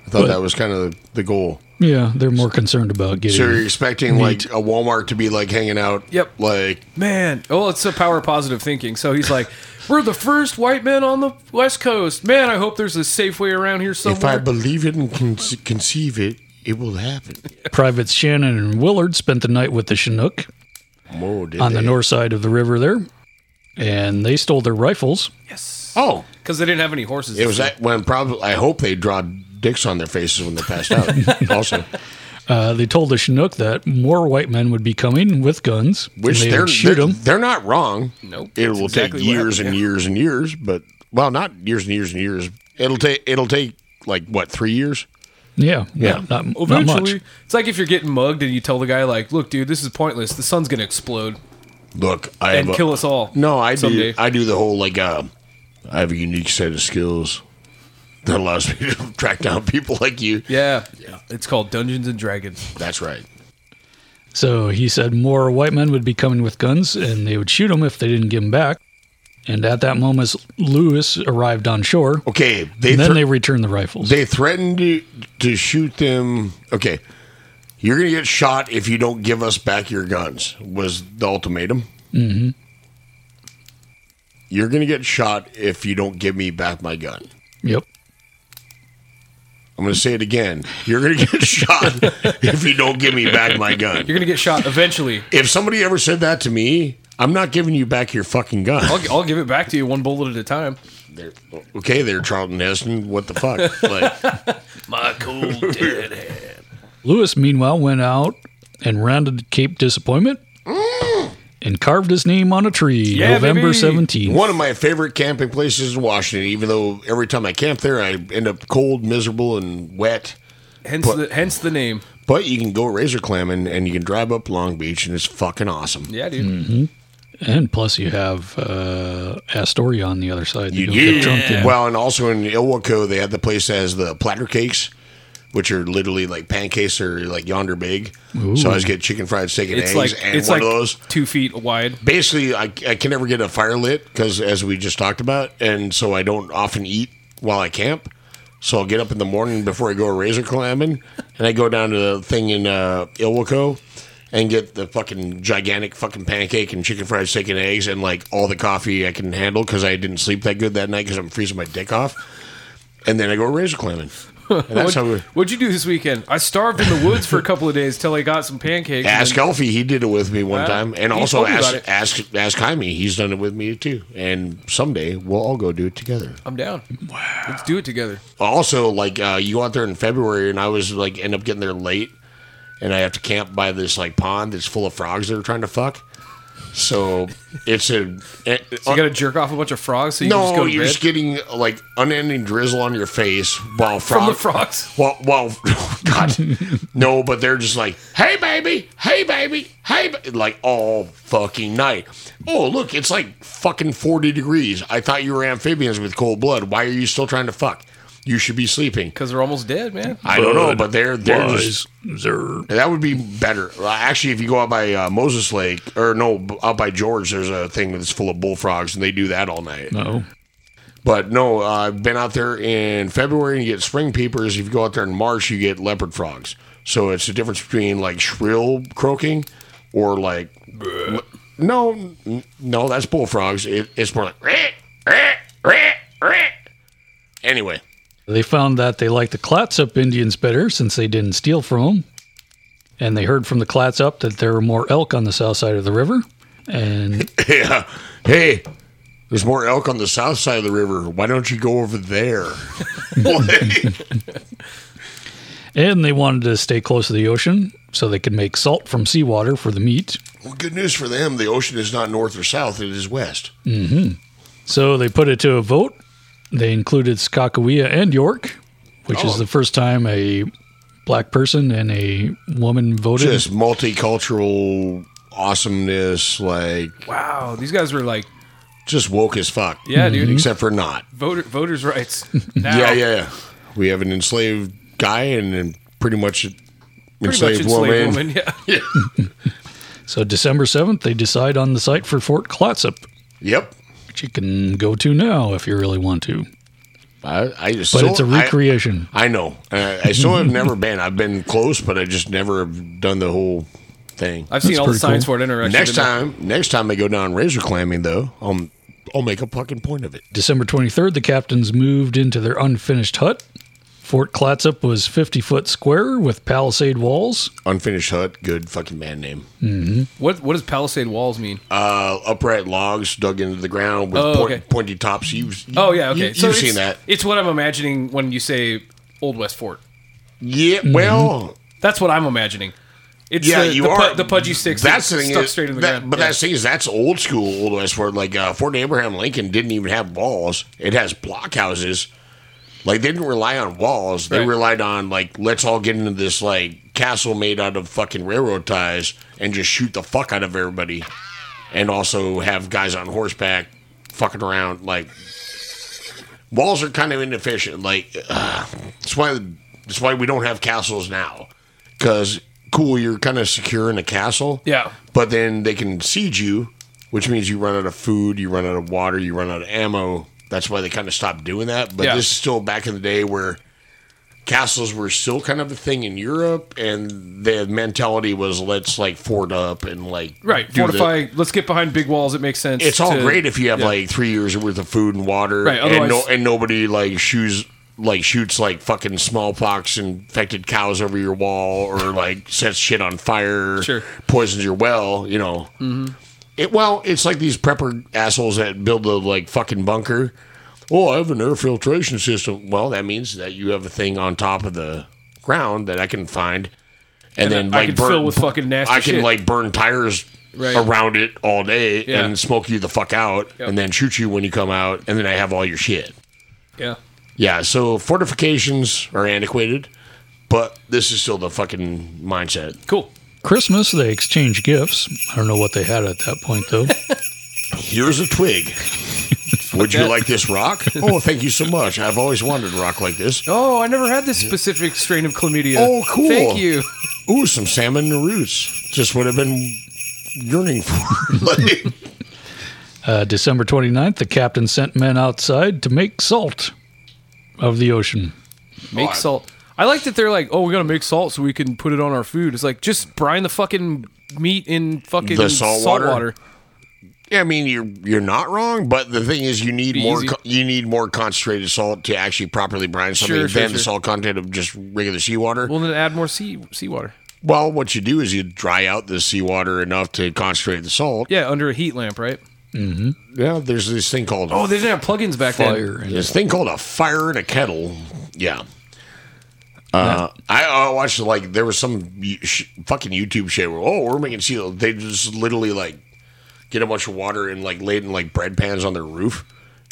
B: I thought
E: But-
B: that was kind of the goal.
E: Yeah, they're more concerned about getting.
B: So you're expecting like
E: neat.
B: a Walmart to be like hanging out?
A: Yep.
B: Like
A: Man, oh, it's the power of positive thinking. So he's like, "We're the first white men on the West Coast." Man, I hope there's a safe way around here
B: if I
A: somewhere.
B: believe it and con- conceive it, it will happen.
E: Privates Shannon and Willard spent the night with the Chinook
B: Whoa, did
E: on the
B: they?
E: north side of the river there, and they stole their rifles.
B: Oh,
A: Because they didn't have any horses.
B: it was that when probably. I hope they draw dicks on their faces when they passed out. also,
E: Uh, they told the Chinook that more white men would be coming with guns. and
B: which
E: they
B: they're
E: would shoot
B: they're,
E: them.
B: they're not wrong.
A: Nope.
B: It
A: That's
B: will
A: exactly
B: take
A: what
B: years
A: happened,
B: and
A: yeah.
B: years and years, but well, not years and years and years. It'll take it'll take like what three years?
E: Yeah,
B: Yeah.
E: Not, not, not
A: Eventually,
E: much.
A: it's like if you're getting mugged and you tell the guy, "Like, look, dude, this is pointless. The sun's gonna explode."
B: Look, I
A: And
B: have a-
A: kill us all
B: No, I
A: someday.
B: do. I do the whole like uh, I have a unique set of skills. that allows me to track down people like you.
A: Yeah. It's called Dungeons and Dragons.
B: That's right.
E: So he said more white men would be coming with guns and they would shoot them if they didn't give them back. And at that moment, Lewis arrived on shore.
B: Okay.
E: They and then they returned the rifles.
B: They threatened to, to shoot them. Okay. You're going to get shot if you don't give us back your guns, was the ultimatum.
E: hmm
B: You're going to get shot if you don't give me back my gun.
E: Yep.
B: I'm going to say it again. You're going to get shot if you don't give me back my gun.
A: You're going to get shot eventually.
B: If somebody ever said that to me, I'm not giving you back your fucking gun.
A: I'll, I'll give it back to you one bullet at a time.
B: okay, there, Charlton Heston. What the fuck? Like,
A: My cold dead hand.
E: Lewis, meanwhile, went out and rounded Cape Disappointment and carved his name on a tree
B: Mm. Yeah,
E: November
B: baby.
E: 17th.
B: One of my favorite camping places in Washington, even though every time I camp there, I end up cold, miserable, and wet.
A: Hence, the, hence the name.
B: But you can go razor clamming and you can drive up Long Beach, and it's fucking awesome.
A: Yeah, dude.
B: Hmm.
E: And plus, you have uh, Astoria on the other side. that
B: You
E: you'll
B: do.
E: get drunk in.
B: Well, and also in Ilwaco, they had the place that has the platter cakes, which are literally like pancakes or like yonder big.
A: Ooh.
B: So I always get chicken fried steak and
A: It's
B: eggs
A: like
B: and
A: it's
B: one
A: like
B: of those.
A: two feet wide.
B: Basically, I, I can never get a fire lit because, as we just talked about, and so I don't often eat while I camp. So I'll get up in the morning before I go razor climbing, and I go down to the thing in uh, Ilwaco and get the fucking gigantic fucking pancake and chicken fried steak and eggs and like all the coffee I can handle because I didn't sleep that good that night because I'm freezing my dick off. And then I go razor climbing. And
A: What'd-
B: that's how we.
A: What'd you do this weekend? I starved in the woods for a couple of days till I got some pancakes. and
B: Ask
A: then-
B: Elfie, he did it with me one
A: Wow.
B: time, and
A: He
B: also
A: told me about
B: ask
A: it.
B: ask ask Jaime, he's done it with me too. And someday we'll all go do it together.
A: I'm down. Let's do it together.
B: Also, like uh, you go out there in February, and I was like end up getting there late, and I have to camp by this like pond that's full of frogs that are trying to fuck. So it's a
A: So you got to jerk off a bunch of frogs so you
B: no,
A: can just go to
B: you're
A: bed?
B: just getting like unending drizzle on your face while
A: From the
B: frog,
A: frogs.
B: While, while God, no, but they're just like, hey baby, hey baby, hey, ba-, like all fucking night. Oh look, it's like fucking forty degrees. I thought you were amphibians with cold blood. Why are you still trying to fuck? You should be sleeping.
A: Because they're almost dead, man.
B: I don't know, but they're they're
E: Lies.
B: just that would be better. Well, Actually, if you go out by uh, Moses Lake or no, b- out by George, there's a thing that's full of bullfrogs, and they do that all night.
E: No.
B: But no, uh, I've been out there in February and you get spring peepers. If you go out there in March, you get leopard frogs. So it's the difference between like shrill croaking or like l- no, n- no, that's bullfrogs. It, it's more like "Reh, reh, reh, reh." anyway.
E: They found that they liked the Clatsop Indians better since they didn't steal from them. And they heard from the Clatsop that there were more elk on the south side of the river. And
B: yeah. Hey, there's more elk on the south side of the river. Why don't you go over there?
E: and they wanted to stay close to the ocean so they could make salt from seawater for the meat.
B: well, good news for them. The ocean is not north or south; it is west.
E: hmm So they put it to a vote. They included Skakawea and York, which is the first time a black person and a woman voted.
B: Just multicultural awesomeness. Like
A: wow, these guys were like
B: just woke as fuck. Mm-hmm.
A: Yeah, dude. Mhm.
B: Except for not.
A: Voter, voters' rights.
B: Yeah, yeah, yeah. We have an enslaved guy and, and pretty much an
A: Pretty
B: enslaved,
A: much enslaved
B: woman.
A: woman. Yeah.
E: so December 7th, they decide on the site for Fort Clatsop.
B: Yep.
E: Which you can go to now if you really want to.
B: I, I just
E: But
B: still-
E: it's a
B: I-
E: recreation.
B: I know. I, I still have never been. I've been close, but I just never have done the whole thing.
A: I've seen That's all the pretty signs cool. for it, and I actually
B: Next
A: didn't-
B: time, next time I go down razor clamming, though, I'll, I'll make a fucking point of it.
E: December 23rd, the captains moved into their unfinished hut. Fort Clatsop was 50 foot square with palisade walls.
B: Unfinished hut, good fucking man name.
E: hmm
A: What What does palisade walls mean?
B: Uh, upright logs dug into the ground with
A: Oh,
B: point,
A: okay.
B: pointy tops. You've
A: Oh yeah, okay.
B: You,
A: so
B: have
A: it's-
B: seen that?
A: It's what I'm imagining when you say Old West Fort.
B: Yeah.
E: Mm-hmm.
B: Well,
A: that's what I'm imagining. It's
B: yeah,
A: the,
B: you
A: the,
B: are
A: pu- the pudgy sticks that's
B: the thing
A: stuck
B: is-
A: straight in the
B: that-
A: ground.
B: But
A: Yeah.
B: that's the thing is, that's old school Old West Word. Like uh, Fort Abraham Lincoln didn't even have walls; it has blockhouses. Like they didn't rely on walls; they
A: Right.
B: relied on like let's all get into this like castle made out of fucking railroad ties and just shoot the fuck out of everybody, and also have guys on horseback fucking around like walls are kind of inefficient. Like uh, that's why that's why we don't have castles now. Because cool, you're kind of secure in a castle.
A: Yeah.
B: But then they can siege you, which means you run out of food, you run out of water, you run out of ammo. That's why they kind of stopped doing that. But
A: Yeah.
B: this is still back in the day where castles were still kind of a thing in Europe, and the mentality was let's like fort up and like
A: Right.
B: do the-
A: Fortify. let's get behind big walls. It makes sense.
B: it's all
A: to-
B: great if you have
A: yeah.
B: like three years worth of food and water,
A: Right,
B: and, no,
A: otherwise-
B: and nobody like shoots like shoots like fucking smallpox infected cows over your wall or like sets shit on fire,
A: Sure.
B: poisons your well. You know,
A: Mhm.
B: it, well, it's like these prepper assholes that build the like fucking bunker. Oh, I have an air filtration system. Well, that means that you have a thing on top of the ground that I can find,
A: And
B: and, then
A: I
B: like
A: can fill with fucking nasty
B: I can
A: shit.
B: like burn tires
A: Right.
B: around it all day
A: Yeah.
B: and smoke you the fuck out,
A: Yep.
B: and then shoot you when you come out, and then I have all your shit.
A: Yeah.
B: Yeah, so fortifications are antiquated, but this is still the fucking mindset.
A: Cool.
E: Christmas, they exchange gifts. I don't know what they had at that point, though.
B: Here's a twig. Would you like this rock? Oh, thank you so much. I've always wanted rock like this.
A: Oh, I never had this specific strain of chlamydia.
B: Oh, cool.
A: Thank you.
B: Ooh, some salmon roots. Just what I've been yearning for. Like,
E: Uh, December 29th, the captain sent men outside to make salt of the ocean.
A: Make salt. I like that they're like, oh, we gotta make salt so we can put it on our food. It's like just brine the fucking meat in fucking
B: The salt water?
A: water.
B: Yeah, I mean you're you're not wrong, but the thing is you need
A: Be
B: more
A: easy.
B: co- you need more concentrated salt to actually properly brine something
A: Sure, sure,
B: than the
A: sure.
B: salt content of just regular seawater.
A: Well, then add more sea seawater.
B: Well, what you do is you dry out the seawater enough to concentrate the salt.
A: Yeah, under a heat lamp, right?
B: Mm-hmm. Yeah, there's this thing called
A: Oh, they didn't have plugins back
B: fire.
A: then.
B: This thing called a fire in a kettle. Yeah. Uh, I, I watched like there was some y- sh- fucking YouTube shit where oh we're making seal. They just literally like get a bunch of water and like lay it in like bread pans on their roof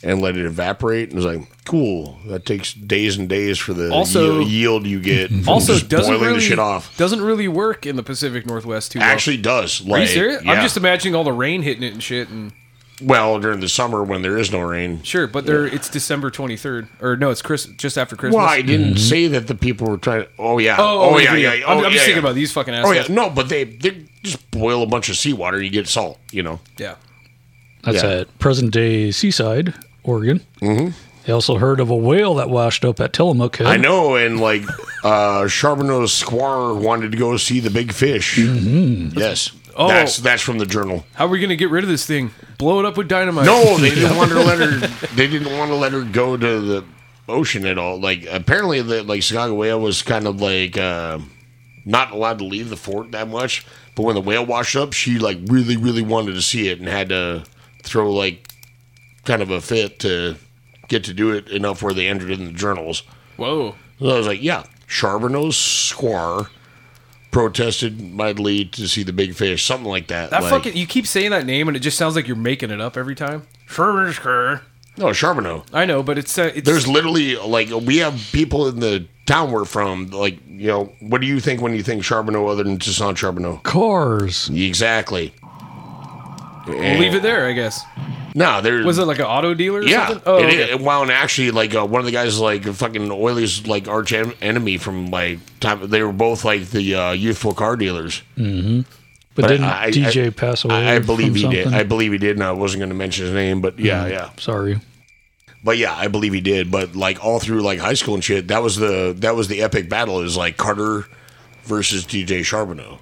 B: and let it evaporate. And it's like cool. That takes days and days for the
A: Also-
B: yield, yield you get. from
A: Also,
B: just
A: doesn't
B: boiling
A: really
B: the shit off.
A: doesn't really work in the Pacific Northwest too. well.
B: Actually, does.
A: Are you
B: like,
A: serious? I'm
B: yeah.
A: just imagining all the rain hitting it and shit. And
B: well during the summer when there is no rain.
A: sure, but there it's December 23rd, or no, it's Chris just after Christmas.
B: Well, I didn't say that the people were trying. Oh yeah.
A: Mm-hmm. Oh,
B: Oh,
A: oh,
B: yeah,
A: yeah.
B: yeah.
A: I'm-
B: Oh,
A: I'm
B: yeah,
A: just
B: yeah.
A: thinking about these fucking
B: Oh yeah.
A: assholes.
B: No, but they they just boil a bunch of seawater. You get salt. You know.
A: Yeah.
E: That's
B: Yeah.
E: at present day Seaside, Oregon. Mm-hmm. They also heard of a whale that washed up at Tillamook Head.
B: I know, and like uh Charbonneau's squire wanted to go see the big fish.
E: Mhm.
B: Yes.
A: Oh.
B: That's that's from the journal.
A: How are we gonna get rid of this thing? Blow it up with dynamite?
B: No, they didn't want to let her. They didn't want to let her go to the ocean at all. Like apparently, the like Chicago whale was kind of like uh, not allowed to leave the fort that much. But when the whale washed up, she like really, really wanted to see it and had to throw like kind of a fit to get to do it enough where they entered it in the journals.
A: Whoa.
B: So I was like, yeah, Charbonneau's squire protested mightily to see the big fish, something like that.
A: That
B: like,
A: fucking you keep saying that name and it just sounds like you're making it up every time. Sure, sure.
B: no Charbonneau.
A: I know, but it's, uh, it's
B: There's literally like we have people in the town we're from. Like you know, what do you think when you think Charbonneau other than Toussaint Charbonneau?
E: Cars.
B: Exactly.
A: we'll leave it there, I guess.
B: No, there
A: Was it like an auto dealer? Or
B: yeah.
A: something? Oh,
B: it
A: okay.
B: is. Well, and actually, like uh, one of the guys, is, like a fucking Oilers, like arch en- enemy from like time. They were both like the uh, youthful car dealers.
E: Mm-hmm. But, didn't
B: I- I-
E: DJ pass away?
B: I, I believe
E: from
B: he did.
E: something?
B: I believe he did, and I wasn't going to mention his name, but yeah,
E: Mm,
B: yeah.
E: Sorry.
B: But yeah, I believe he did. But like all through like high school and shit, that was the that was the epic battle is like Carter versus DJ Charbonneau.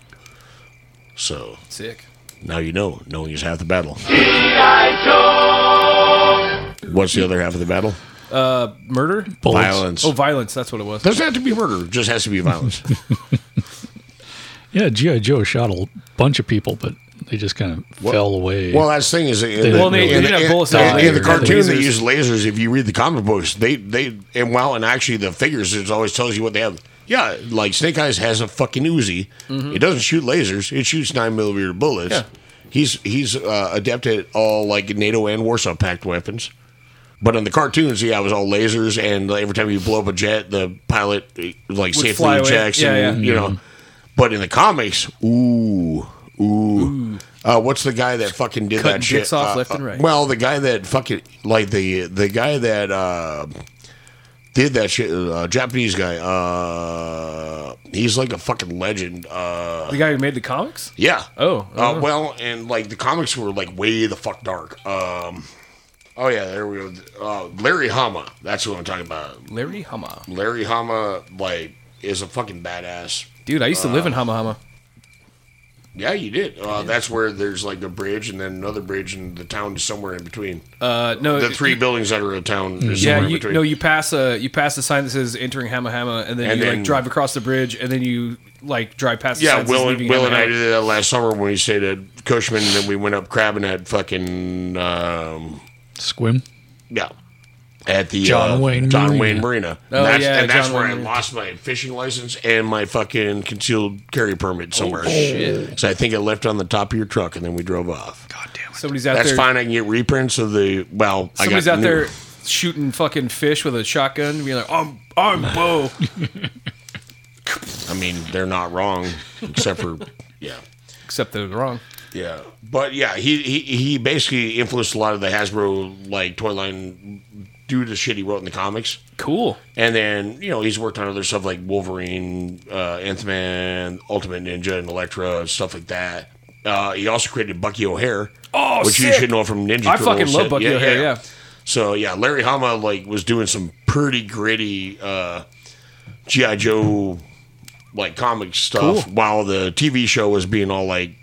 B: So
A: sick.
B: Now you know, knowing is half the battle.
C: Joe.
B: What's the other half of the battle?
A: Uh, murder,
B: Bullets. Violence.
A: Oh, violence. That's what it was.
B: Doesn't have to be murder; just has to be violence.
E: Yeah, G.I. Joe shot a bunch of people, but they just kind of fell away.
B: Well, that's the thing is, in
E: They
B: the,
E: Well, they-
B: in
E: they
B: the-
E: didn't have bullets,
B: in-
E: they had
B: in the
E: lasers.
B: cartoon they
E: Lasers.
B: use lasers. If you read the comic books, they they and well, and actually the figures it always tells you what they have. Yeah, like Snake Eyes has a fucking Uzi.
A: Mhm.
B: It doesn't shoot lasers. It shoots nine millimeter bullets.
A: Yeah.
B: He's he's uh, adept at all like NATO and Warsaw Pact weapons. But in the cartoons, yeah, it was all lasers, and like, every time you blow up a jet, the pilot eh, like
A: Would
B: safely
A: fly away.
B: ejects,
E: Mm-hmm.
A: Yeah,
B: and
A: yeah.
B: you know. But in the comics, ooh, ooh, Uh, what's the guy that fucking did
A: Cutting
B: that shit?
A: dicks off
B: Uh,
A: left
B: uh,
A: and right.
B: Well, the guy that fucking like the the guy that uh, did that shit, uh, Japanese guy. Uh, he's like a fucking legend. Uh,
A: the guy who made the comics.
B: yeah.
A: Oh, I don't
B: Uh,
A: know.
B: well, and like the comics were like way the fuck dark. Um, oh yeah, there we go. Uh, Larry Hama. That's what I'm talking about.
A: Larry Hama.
B: Larry Hama like is a fucking badass.
A: Dude, I used to
B: Uh,
A: live in Hamahama.
B: Yeah, you did. Uh, That's where there's like a bridge and then another bridge, and the town is somewhere in between.
A: Uh, no,
B: the
A: it-
B: three buildings that are a town.
E: Mm-hmm.
B: Is
A: Yeah,
B: somewhere in
A: you,
B: between.
A: no, you pass a you pass a sign that says entering Hamahama, and then
B: And
A: you
B: then-
A: like drive across the bridge, and then you like drive past. The
B: yeah,
A: sign that says
B: Will and
A: leaving
B: Will and I
A: Hamahama.
B: did that last summer when we stayed at Cushman, and then we went up crabbing at fucking um,
E: Squim.
B: yeah, at the
E: John
B: uh,
E: Wayne
B: John
E: Marina.
B: Wayne Marina.
E: Oh,
B: and that's,
E: yeah,
B: and that's
E: John
B: where
E: Wayne
B: I
E: Marina.
B: lost my fishing license and my fucking concealed carry permit somewhere.
A: Oh, shit.
B: So I think it left on the top of your truck, and then we drove off.
A: Somebody's out
B: that's
A: there.
B: fine. I can get reprints of the well.
A: Somebody's
B: I got
A: out
B: new-
A: there shooting fucking fish with a shotgun, being like, "I'm I'm Bo."
B: I mean, they're not wrong, except for yeah,
A: except they're wrong.
B: Yeah, but yeah, he he, he basically influenced a lot of the Hasbro like toy line due to shit he wrote in the comics.
A: Cool.
B: And then you know he's worked on other stuff like Wolverine, uh, Nth Man, Ultimate Ninja, and Elektra, stuff like that. Uh, he also created Bucky O'Hare,
A: Oh,
B: which you
A: sick.
B: should know from Ninja.
A: I
B: Turtles.
A: fucking love Bucky O'Hare, yeah.
B: So yeah, Larry Hama like was doing some pretty gritty uh, GI Joe like comic stuff
A: Cool.
B: while the TV show was being all like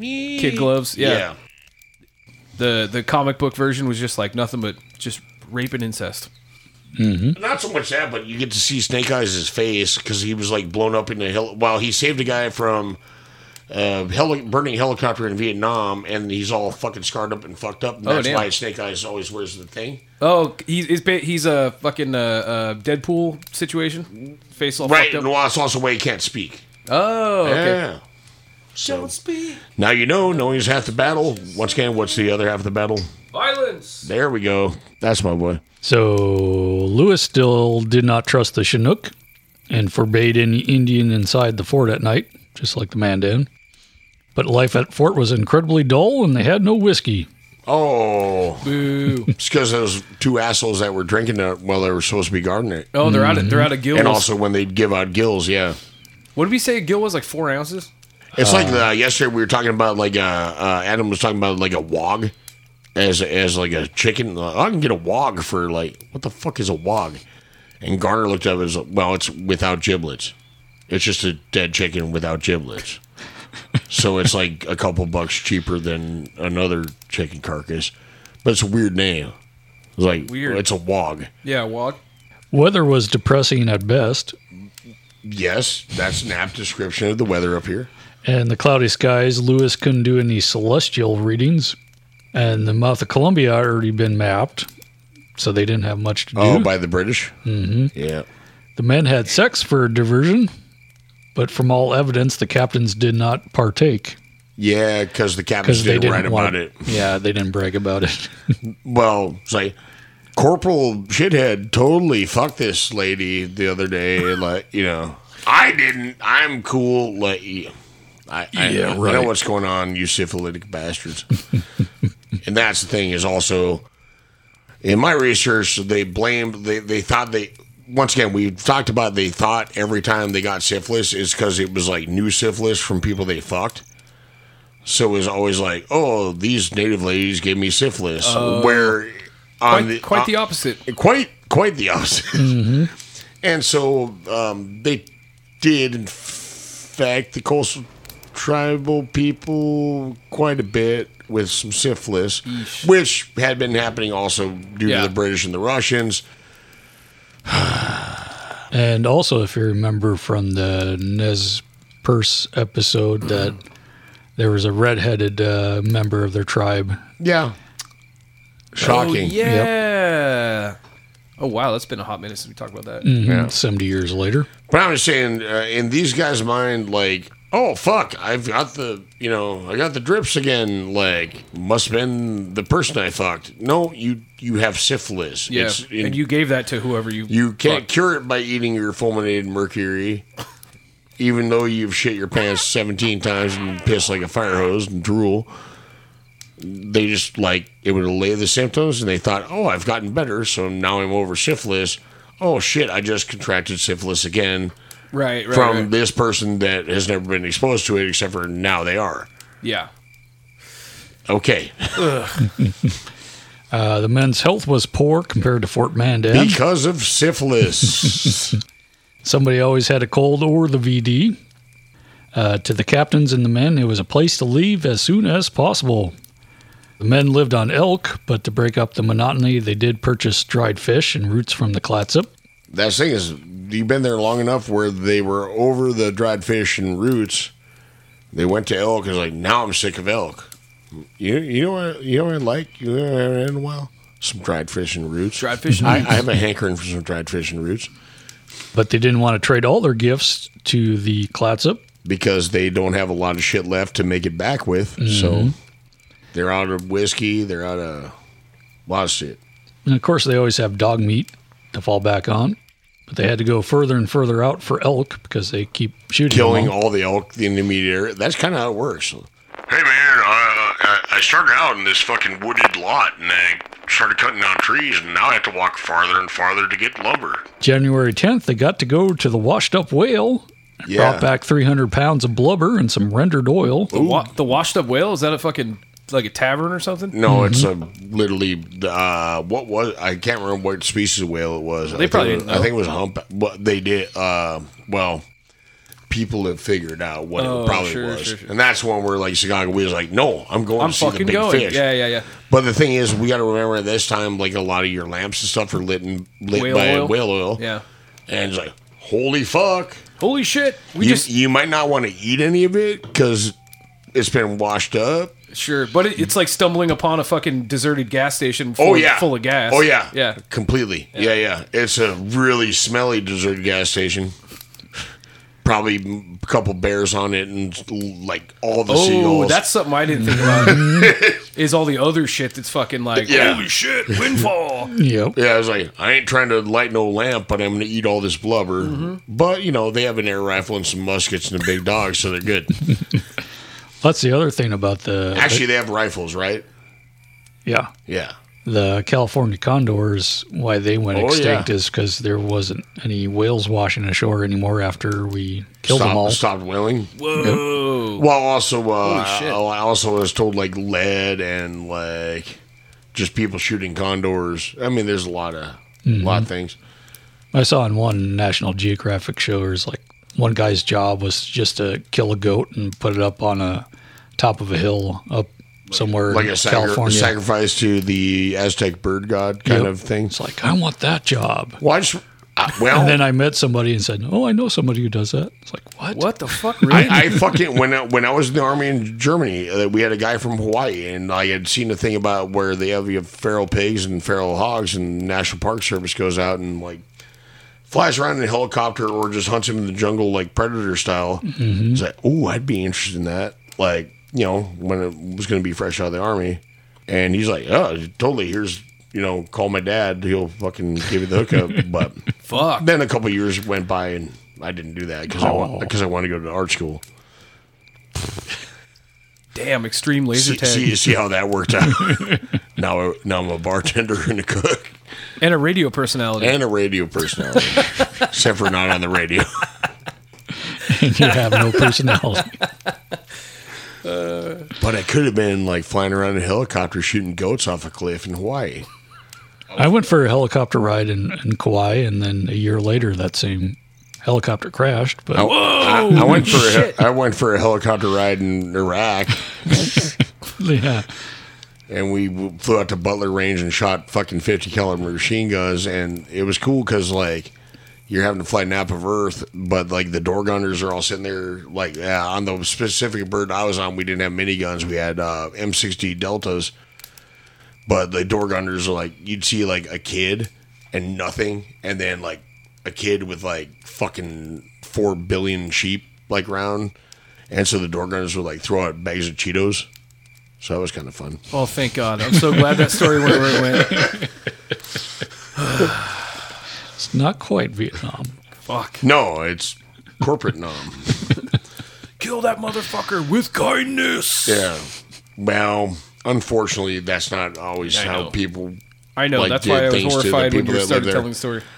A: Kid gloves. Yeah.
B: Yeah.
A: The the comic book version was just like nothing but just rape and incest.
B: Not so much that, but you get to see Snake Eyes' face because he was like blown up in the hell. Well, he saved a guy from a heli- burning helicopter in Vietnam, and he's all fucking scarred up and fucked up. And
A: Oh,
B: that's
A: damn.
B: why Snake Eyes always wears the thing.
A: Oh, he's he's, ba- he's a fucking uh, uh, Deadpool situation. Face all
B: right,
A: fucked
B: and
A: up.
B: well, it's also why he can't speak.
A: Oh, okay.
B: Yeah. Don't speak. Now you know, knowing is half the battle. Once again, what's the other half of the battle?
A: Violence.
B: There we go. That's my boy.
E: So Lewis still did not trust the Chinook and forbade any Indian inside the fort at night, just like the Mandan. But life at fort was incredibly dull and they had no whiskey.
B: Oh, it's because those two assholes that were drinking it while they were supposed to be guarding it.
A: Oh, they're out of- they're out of gills.
B: Mm-hmm. and also when they give out gills, yeah.
A: What did we say? Gil was like four ounces.
B: It's
E: Um,
B: like uh, yesterday we were talking about like uh, uh, Adam was talking about like a wog as as like a chicken. Uh, I can get a wog for like what the fuck is a wog? And Garner looked up as well. It's without giblets. It's just a dead chicken without giblets. so it's like a couple bucks cheaper than another chicken carcass, but it's a weird name. It's like
A: Weird.
B: It's a wog.
A: Yeah, walk.
E: Weather was depressing at best,
B: Yes, that's an apt description of the weather up here.
E: and the cloudy skies, Lewis couldn't do any celestial readings, and the mouth of Columbia had already been mapped, so they didn't have much to do.
B: Oh, by the British.
E: hmm
B: Yeah.
E: The men had sex for diversion, but from all evidence, the captains did not partake.
B: Yeah, because the captains
E: Because they
B: didn't,
E: didn't
B: write
E: want-
B: about it.
E: Yeah, they didn't brag about it.
B: Well, it's like Corporal Shithead totally fucked this lady the other day. Like, you know, I didn't. I'm cool. Like, yeah. I, I,
E: Yeah,
B: know, I know
E: right.
B: what's going on, you syphilitic bastards. and that's the thing is also in my research, they blamed, they, they thought they, once again, we talked about they thought every time they got syphilis is because it was like new syphilis from people they fucked. So it was always like, oh, these native ladies gave me syphilis.
A: Oh.
B: where
A: Quite,
B: on the, uh,
A: quite
B: on-
A: the opposite.
B: quite quite the opposite. And so um, they did, in fact, the coastal tribal people quite a bit with some syphilis, which had been happening also due
E: Yeah.
B: to the British and the Russians.
E: And also, if you remember from the Nez Perce episode, that there was a redheaded uh, member of their tribe.
B: Yeah. Shocking.
A: Oh, yeah. Oh wow, that's been a hot minute since we talked about that.
B: Mm.
E: Mhm, 70 years later.
B: But I'm just saying, uh, in these guys' mind, like, oh fuck, I've got the, you know, I got the drips again. Like, must have been the person I fucked. No, you you have syphilis.
A: Yeah,
B: It's in-
A: and you gave that to whoever you.
B: You can't
A: fucked.
B: cure it by eating your fulminated mercury. even though you've shit your pants 17 times and pissed like a fire hose and drool. They just like it would allay the symptoms, and they thought, "Oh, I've gotten better, so now I'm over syphilis." Oh shit, I just contracted syphilis again
A: Right, right.
B: from
A: right.
B: this person that has never been exposed to it, except for now they are.
A: yeah.
B: Okay,
A: Ugh.
E: Uh, the men's health was poor compared to Fort Mandan.
B: because of syphilis.
E: Somebody always had a cold or the VD. Uh, to the captains and the men, it was a place to leave as soon as possible. The men lived on elk, but to break up the monotony, they did purchase dried fish and roots from the Clatsop.
B: that thing is you've been there long enough where they were over the dried fish and roots. They went to elk. It's like now I'm sick of elk. You you know what you know what I like you know what I haven't had in a while some dried fish and roots. Dried
A: fish and
B: I,
A: roots.
B: I have a hankering for some dried fish and roots
E: But they didn't want to trade all their gifts to the Clatsop.
B: because they don't have a lot of shit left to make it back with. So
A: Mm-hmm.
E: Mhm.
B: they're out of whiskey. They're out of a lot of shit.
E: And of course, they always have dog meat to fall back on. But they had to go further and further out for elk because they keep shooting.
B: killing
E: them all.
B: all the elk in the immediate area. That's kind of how it works. Hey man, uh, I I started out in this fucking wooded lot, and I started cutting down trees, and now I have to walk farther and farther to get lumber.
E: January 10th, they got to go to the washed up whale. and
A: Yeah.
E: Brought back 300 pounds of blubber and some rendered oil.
A: The, wa- the washed up whale is that a fucking like a tavern or something?
B: No, it's a literally uh, what was I can't remember what species of whale it was.
A: They
B: I
A: probably
B: think it was,
A: didn't
B: I
A: know.
B: think it was a hump. What they did, uh, well, people have figured out what
A: Oh,
B: it probably
A: sure,
B: was,
A: sure, sure.
B: and that's one where like Chicago was like, no, I'm going
A: I'm
B: to see the
A: fucking
B: big
A: going.
B: fish.
A: Yeah, yeah, yeah.
B: But the thing is, we got to remember at this time, like a lot of your lamps and stuff are lit, in, lit
A: Whale
B: by
A: oil?
B: whale oil.
A: Yeah.
B: And it's like, holy fuck.
A: Holy shit. We
B: you,
A: just
B: you might not want to eat any of it because it's been washed up.
A: sure, but it, it's like stumbling upon a fucking deserted gas station. Full,
B: Oh, yeah.
A: full of gas.
B: Oh, yeah.
A: yeah.
B: Completely. Yeah. yeah, It's a really smelly deserted gas station. Probably a couple bears on it and like all the
A: oh,
B: seagulls.
A: that's something I didn't think about. is all the other shit that's fucking like
B: Yeah.
A: holy shit windfall.
E: Yep.
B: Yeah, I was like, I ain't trying to light no lamp, but I'm going to eat all this blubber. But, you know, they have an air rifle and some muskets and a big dog, so they're good.
E: That's the other thing about the.
B: Actually, they have rifles, right?
E: yeah.
B: Yeah.
E: The California condors, why they went
B: Oh,
E: extinct
B: yeah.
E: is because there wasn't any whales washing ashore anymore after we killed
B: Stop-
E: them all.
B: Stopped whaling.
A: Whoa.
B: Well, also, uh,
A: Holy shit.
B: I I also was told like lead and like just people shooting condors. I mean, there's a lot of
E: Mhm.
B: lot of things.
E: I saw in one National Geographic show, there's like one guy's job was just to kill a goat and put it up on a top of a hill up somewhere
B: Like
E: in
B: a sacri-
E: California.
B: sacrifice to the Aztec bird god kind
E: Yep.
B: of thing. It's
E: like I want that job.
B: Well, I just, I- well,
E: and then I met somebody and said, "Oh, I know somebody who does that." It's like, what?
A: What the fuck?
B: I, I fucking when I, when I was in the army in Germany, uh, we had a guy from Hawaii, and I had seen a thing about where they have you have feral pigs and feral hogs, and National Park Service goes out and like flies around in a helicopter or just hunts them in the jungle like predator style.
E: Mhm.
B: It's like, oh, I'd be interested in that. Like you know when it was going to be fresh out of the army, and he's like, oh, totally. Here's you know, call my dad. He'll fucking give you the hookup. But
A: fuck.
B: Then a couple years went by and. I didn't do that because I
E: Oh.
B: want because I want to go to art school.
A: Damn, extreme laser
B: see,
A: tag.
B: See, see how that worked out. now, now I'm a bartender and a cook
A: and a radio personality.
B: and a radio personality, except for not on the radio.
E: and you have no personality.
B: But I could have been like flying around in a helicopter shooting goats off a cliff in Hawaii.
E: I went for a helicopter ride in, in Kauai, and then a year later, that same helicopter crashed. But
B: I, I- I went for a, I went for a helicopter ride in Iraq,
E: yeah,
B: and we w- flew out to Butler Range and shot fucking fifty caliber machine guns, and it was cool because like. You're having to fly nap of Earth, but like the door gunners are all sitting there. Like yeah, on the specific bird I was on, we didn't have miniguns. We had uh, M60 Deltas, but the door gunners are like you'd see like a kid and nothing, and then like a kid with like fucking four billion sheep like round, and so the door gunners would like throw out bags of Cheetos. So that was kind of fun.
A: Oh, thank God! I'm so glad that story went where it went.
E: it's not quite Vietnam.
A: Fuck.
B: No, it's corporate nom.
H: kill that motherfucker with kindness.
B: Yeah. Well, unfortunately, that's not always
A: I
B: how
A: know.
B: people.
A: I know.
B: like,
A: that's
B: did
A: why I was
B: things to the
A: horrified when you
B: people that lived
A: started
B: there.
A: telling the story.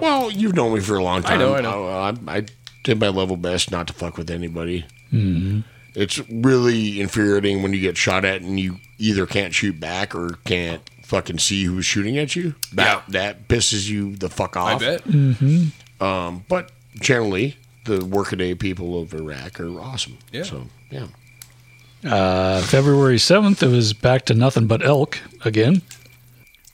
B: Well, you've known me for a long time.
A: I know, I know.
B: I, I did my level best not to fuck with anybody.
A: Mm-hmm.
E: Mhm.
B: It's really infuriating when you get shot at and you either can't shoot back or can't fucking see who's shooting at you. That that pisses you the fuck off.
A: bet.
E: Mhm.
B: Um, but generally, the workaday people of Iraq are awesome. Yeah. So yeah.
E: Uh, February 7th, it was back to nothing but elk again.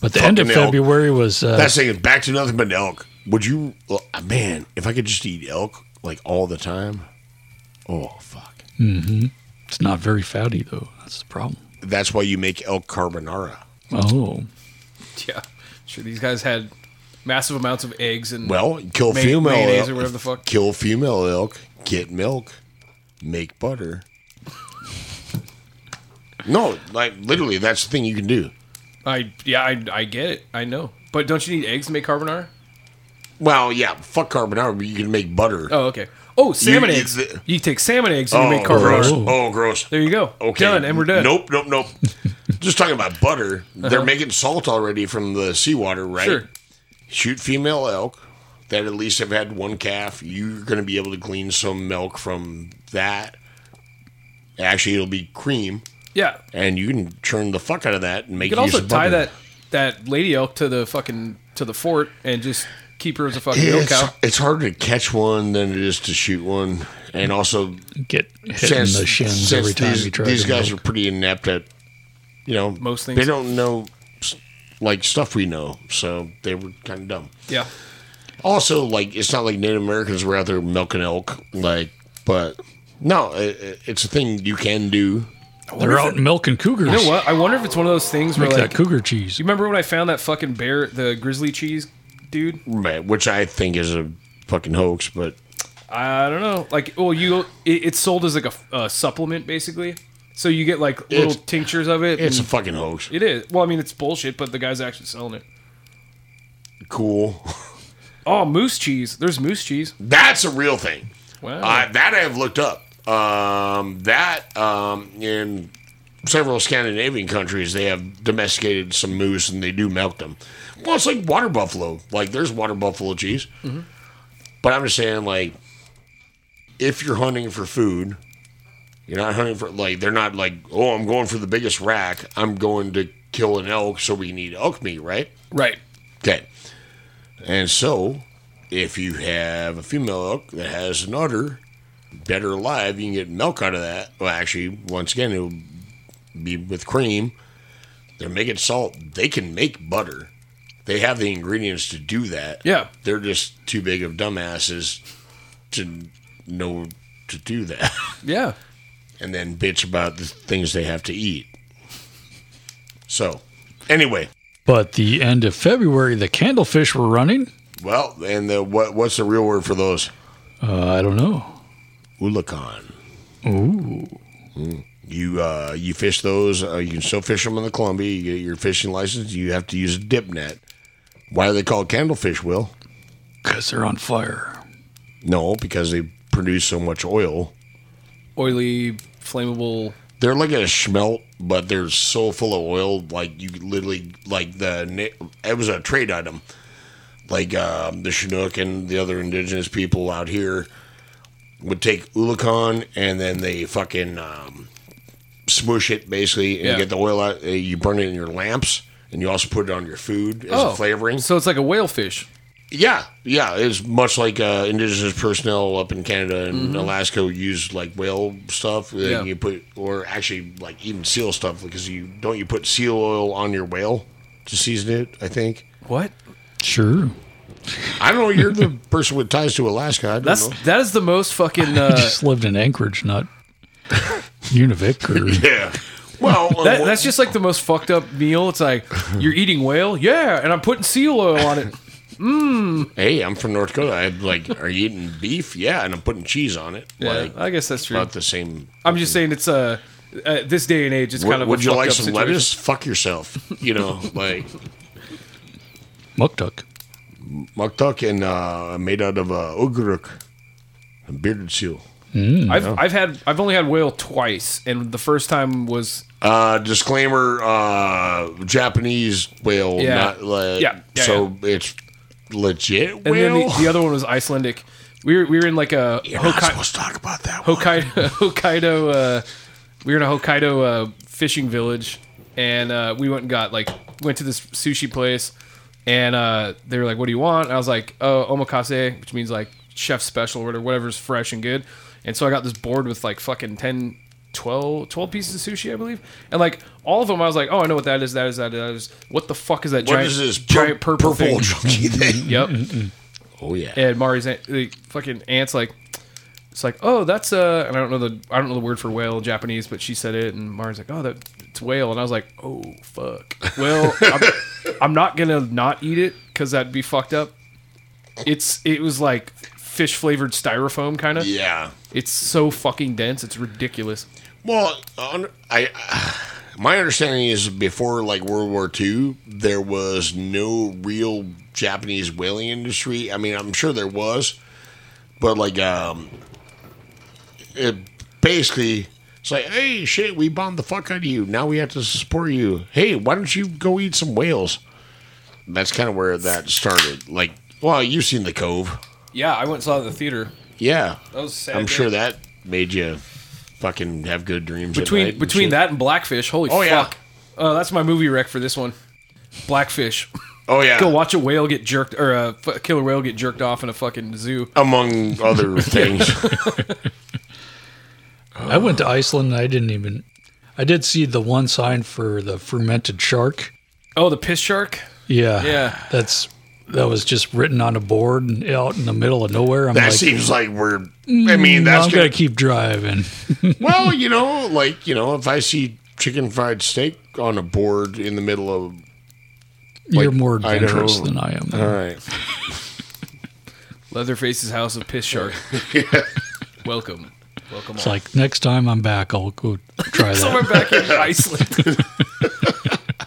E: But the end of
B: Fucking elk.
E: February was. Uh,
B: That's saying back to nothing but elk. Would you, well, man? If I could just eat elk like all the time, oh fuck!
E: hmm It's not very fatty, though. That's the problem.
B: That's why you make elk carbonara.
E: Oh.
A: Yeah, sure. These guys had massive amounts of eggs and
B: Well, kill
A: may-
B: female
A: mayonnaise
B: elk,
A: or whatever the fuck.
B: Kill female elk, get milk, make butter. no, like literally, that's the thing you can do.
A: I yeah, I, I get it. I know, but don't you need eggs to make carbonara?
B: Well, yeah, fuck carbonara, but you can make butter.
A: Oh, okay. Oh, salmon
B: You- you-
A: eggs. you take salmon eggs and you make carbonara.
B: Gross. Oh, gross.
A: There you go.
B: Okay.
A: Done, and we're done.
B: Nope, nope, nope. Just talking about butter. They're
A: Uh-huh.
B: making salt already from the seawater, right?
A: Sure.
B: Shoot female elk that at least have had one calf. You're going to be able to glean some milk from that. Actually, it'll be cream,
A: Yeah,
B: and you can churn the fuck out of that and
A: you
B: make
A: could
B: use
A: also
B: of
A: tie
B: butter.
A: that that lady elk to the fucking to the fort and just keep her as a fucking milk
B: It's,
A: cow.
B: it's harder to catch one than it is to shoot one, and also
E: get hit in the shins every time
B: these,
E: you try
B: These
E: to
B: guys
E: milk.
B: are pretty inept at, you know,
A: Most
B: They
A: things.
B: don't know s- like stuff we know, so they were kind of dumb.
A: Yeah,
B: Also, like it's not like Native Americans were out there milking elk, like, but no, it, it- it's a thing you can do.
E: They're out milking cougars.
A: You know what? I wonder if it's one of those things where
E: Make
A: like
E: that cougar cheese.
A: you remember when I found that fucking bear, the grizzly cheese dude?
B: Right, which I think is a fucking hoax, but
A: I don't know. Like, well, you it, it's sold as like a f- a supplement basically. So you get like little
B: It's-
A: tinctures of it.
B: it's a
A: and-
B: fucking hoax.
A: It is. Well, I mean, it's bullshit, but the guy's actually selling it.
B: Cool.
A: Oh, moose cheese. There's moose cheese.
B: That's a real thing.
A: Wow.
B: Uh, that I have looked up. Um, that um, in several Scandinavian countries, they have domesticated some moose and they do milk them. Well, it's like water buffalo. Like there's water buffalo cheese.
C: Mhm.
B: But I'm just saying, like, if you're hunting for food, you're not hunting for like they're not like oh I'm going for the biggest rack. I'm going to kill an elk so we need elk meat, right?
A: Right.
B: Okay. And so, if you have a female elk that has an udder, dead or alive, you can get milk out of that. Well, actually, once again, it will be with cream. They're making salt. They can make butter. They have the ingredients to do that.
A: Yeah.
B: They're just too big of dumbasses to know to do that.
A: Yeah.
B: and then bitch about the things they have to eat. So, anyway,
E: But the end of February, the candlefish were running.
B: Well, and the what? What's the real word for those?
E: Uh, I don't know.
B: Ulacan. Hmm.
E: Ooh.
B: You uh, you fish those. Uh, you can still fish them in the Columbia. You get your fishing license. You have to use a dip net. Why are they called candlefish? Will?
E: Because they're on fire.
B: No, because they produce so much oil.
A: Oily, flammable.
B: They're like a schmelt, but they're so full of oil. Like you literally like the na- it was a trade item. Like um, the Chinook and the other indigenous people out here would take Ulacan and then they fucking um, smoosh it basically and
A: Yeah.
B: get the oil out. Uh, You burn it in your lamps and you also put it on your food as
A: Oh,
B: a flavoring.
A: So it's like a whale fish.
B: Yeah, yeah. It's much like uh, indigenous personnel up in Canada and
A: Mhm.
B: Alaska use like whale stuff. and
A: Yeah.
B: You put, or actually like even seal stuff because you don't you put seal oil on your whale to season it. I think.
A: What?
E: Sure.
B: I don't know. You're the person with ties to Alaska. I don't
A: That's
B: know.
A: that is the most fucking.
E: I
A: Uh,
E: just lived in Anchorage, not Univik. Or,
B: yeah. Well, um,
A: that, that's just like the most fucked up meal. It's like you're eating whale, yeah, and I'm putting seal oil on it. Mmm.
B: Hey, I'm from North Dakota. I'm like, are you eating beef? Yeah, and I'm putting cheese on it.
A: Yeah,
B: like,
A: I guess that's true.
B: About the same.
A: I'm just saying it's uh, at this day and age, it's kind of.
B: would
A: a
B: you
A: fucked
B: like
A: up
B: some
A: situation.
B: lettuce? Fuck yourself. You know, like
E: Muktuk.
B: Muktuk and uh, made out of uh, ugruk, a bearded seal.
E: Mm,
A: I've
E: yeah.
A: I've had I've only had whale twice, and the first time was
B: Uh, disclaimer: uh, Japanese whale,
A: Yeah.
B: not uh,
A: Yeah, yeah,
B: So it's legit
A: and then
B: whale.
A: the, the other one was Icelandic. We were we were in like a Hokkaido.
B: talk about that.
A: Hokkaido Hokkaido. Uh, we were in a Hokkaido uh, fishing village, and uh, we went and got like went to this sushi place, and uh, they were like, "What do you want?" And I was like, "Oh, omakase," which means like chef special or whatever- whatever's fresh and good. And so I got this board with like fucking 10, 12, 12 pieces of sushi, I believe, and like all of them, I was like, "Oh, I know what that is. That is that is what the fuck is that
B: What
A: giant
B: is this
A: giant
B: pur-
A: purple, thing?
B: purple junky thing?
A: Yep.
B: Mm, oh yeah.
A: And Mari's aunt, the fucking aunt's like, it's like, oh, that's uh, and I don't know the I don't know the word for whale in Japanese, but she said it, and Mari's like, oh, that it's whale, and I was like, oh fuck. Well, I'm, I'm not gonna not eat it because that'd be fucked up. It's it was like fish flavored styrofoam kind of.
B: Yeah.
A: It's so fucking dense. It's ridiculous.
B: Well, on, I my understanding is before like World War II, there was no real Japanese whaling industry. I mean, I'm sure there was, but like um, it basically it's like, hey, shit, we bombed the fuck out of you. Now we have to support you. Hey, why don't you go eat some whales? That's kind of where that started. Like, well, you've seen the Cove,
A: Yeah, I went and saw it at the theater.
B: yeah.
A: That was a sad
B: I'm
A: day.
B: sure that made you fucking have good dreams at night
A: between
B: and
A: between
B: shit.
A: that and Blackfish. Holy
B: Oh,
A: fuck!
B: yeah.
A: Uh, that's my movie rec for this one. Blackfish.
B: Oh, yeah.
A: Go watch a whale get jerked or a f- killer whale get jerked off in a fucking zoo.
B: among other things.
E: I went to Iceland and I didn't even. I did see the one sign for the fermented shark.
A: Oh, the piss shark.
E: Yeah,
A: Yeah.
E: That's that was just written on a board and out in the middle of nowhere. I'm
B: that
E: like,
B: seems like we're. I mean, that's
E: I'm
B: gonna,
E: gonna keep driving.
B: well, you know, like you know, if I see chicken fried steak on a board in the middle of,
E: You're more
B: Idaho-
E: adventurous than I am.
B: All right,
A: Leatherface's house of piss shark. Welcome, welcome.
E: It's
A: all.
E: like next time I'm back, I'll go try
A: so we're
E: that.
A: back in Iceland.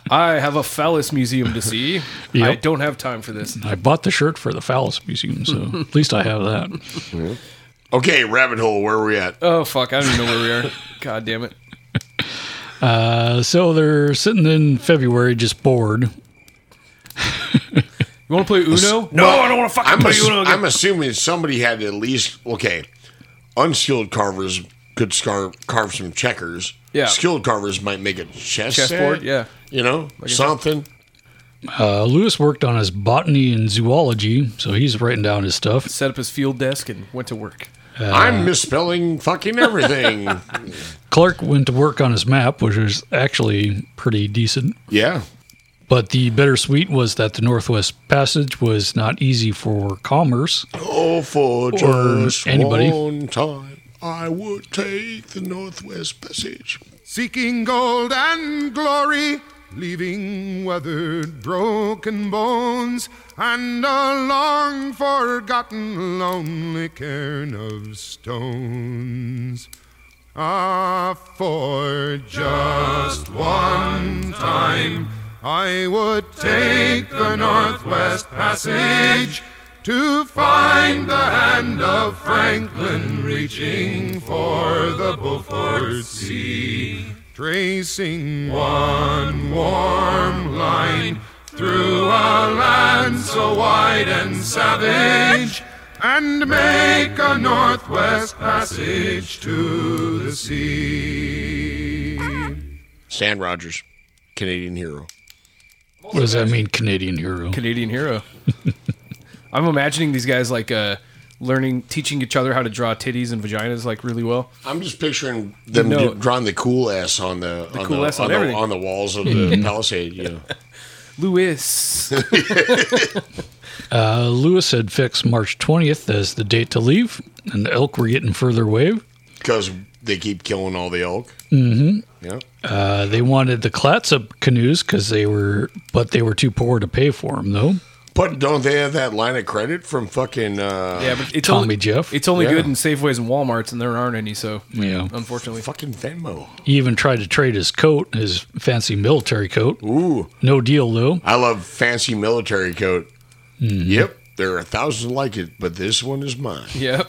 A: I have a phallus museum to see. I
E: Yep.
A: don't have time for this.
E: I bought the shirt for the phallus museum, so at least I have that.
B: okay, rabbit hole. Where are we at?
A: Oh fuck! I don't even know where we are. God damn it!
E: Uh, so they're sitting in February, just bored.
A: You want to play Uno? No,
B: Well,
A: I don't want to fucking
B: I'm
A: play
B: ass-
A: Uno again.
B: I'm assuming somebody had at least okay. Unskilled carvers could scar- carve some checkers.
A: Yeah.
B: Skilled carvers might make a chess
A: Chessboard,
B: set,
A: yeah.
B: You know, something.
E: Uh, Lewis worked on his botany and zoology, so he's writing down his stuff.
A: Set up his field desk and went to work. Uh.
B: I'm misspelling fucking everything.
E: Clark went to work on his map, which was actually pretty decent.
B: yeah.
E: But the bittersweet was that the Northwest Passage was not easy for commerce.
B: Oh, for
E: Or
B: just
E: anybody.
B: one time, I would take the Northwest Passage.
O: seeking gold and glory, leaving weathered broken bones and a long forgotten lonely cairn of stones. Ah, for just one time, I would take the Northwest Passage to find the hand of Franklin reaching for the Beaufort Sea, tracing one warm line through a land so wide and savage, and make a northwest passage to the sea.
B: Stan Rogers, Canadian hero.
E: What does that mean, Canadian hero?
A: Canadian hero. I'm imagining these guys like uh, learning, teaching each other how to draw titties and vaginas like really well.
B: I'm just picturing them
A: No.
B: d- drawing the cool S on the, on,
A: cool
B: the,
A: S
B: on,
A: on
B: the
A: everything.
B: on the walls of the palisade. You know.
A: Lewis.
E: Uh, Lewis had fixed March 20th as the date to leave, and the elk were getting further away.
B: because they keep killing all the elk.
E: hmm
B: Yeah,
E: Uh, they wanted the Clatsop canoes because they were, but they were too poor to pay for them, though.
B: but don't they have that line of credit from fucking? Uh,
A: Yeah, but it's
E: Tommy
A: only,
E: Jeff.
A: It's only
B: Yeah.
A: good in Safeways and WalMarts, and there aren't any. So
E: Yeah.
A: unfortunately,
B: fucking Venmo.
E: He even tried to trade his coat, his fancy military coat.
B: Ooh,
E: No deal, though.
B: I love fancy military coat.
E: Mm-hmm.
B: Yep, there are thousands like it, but this one is mine.
A: Yep.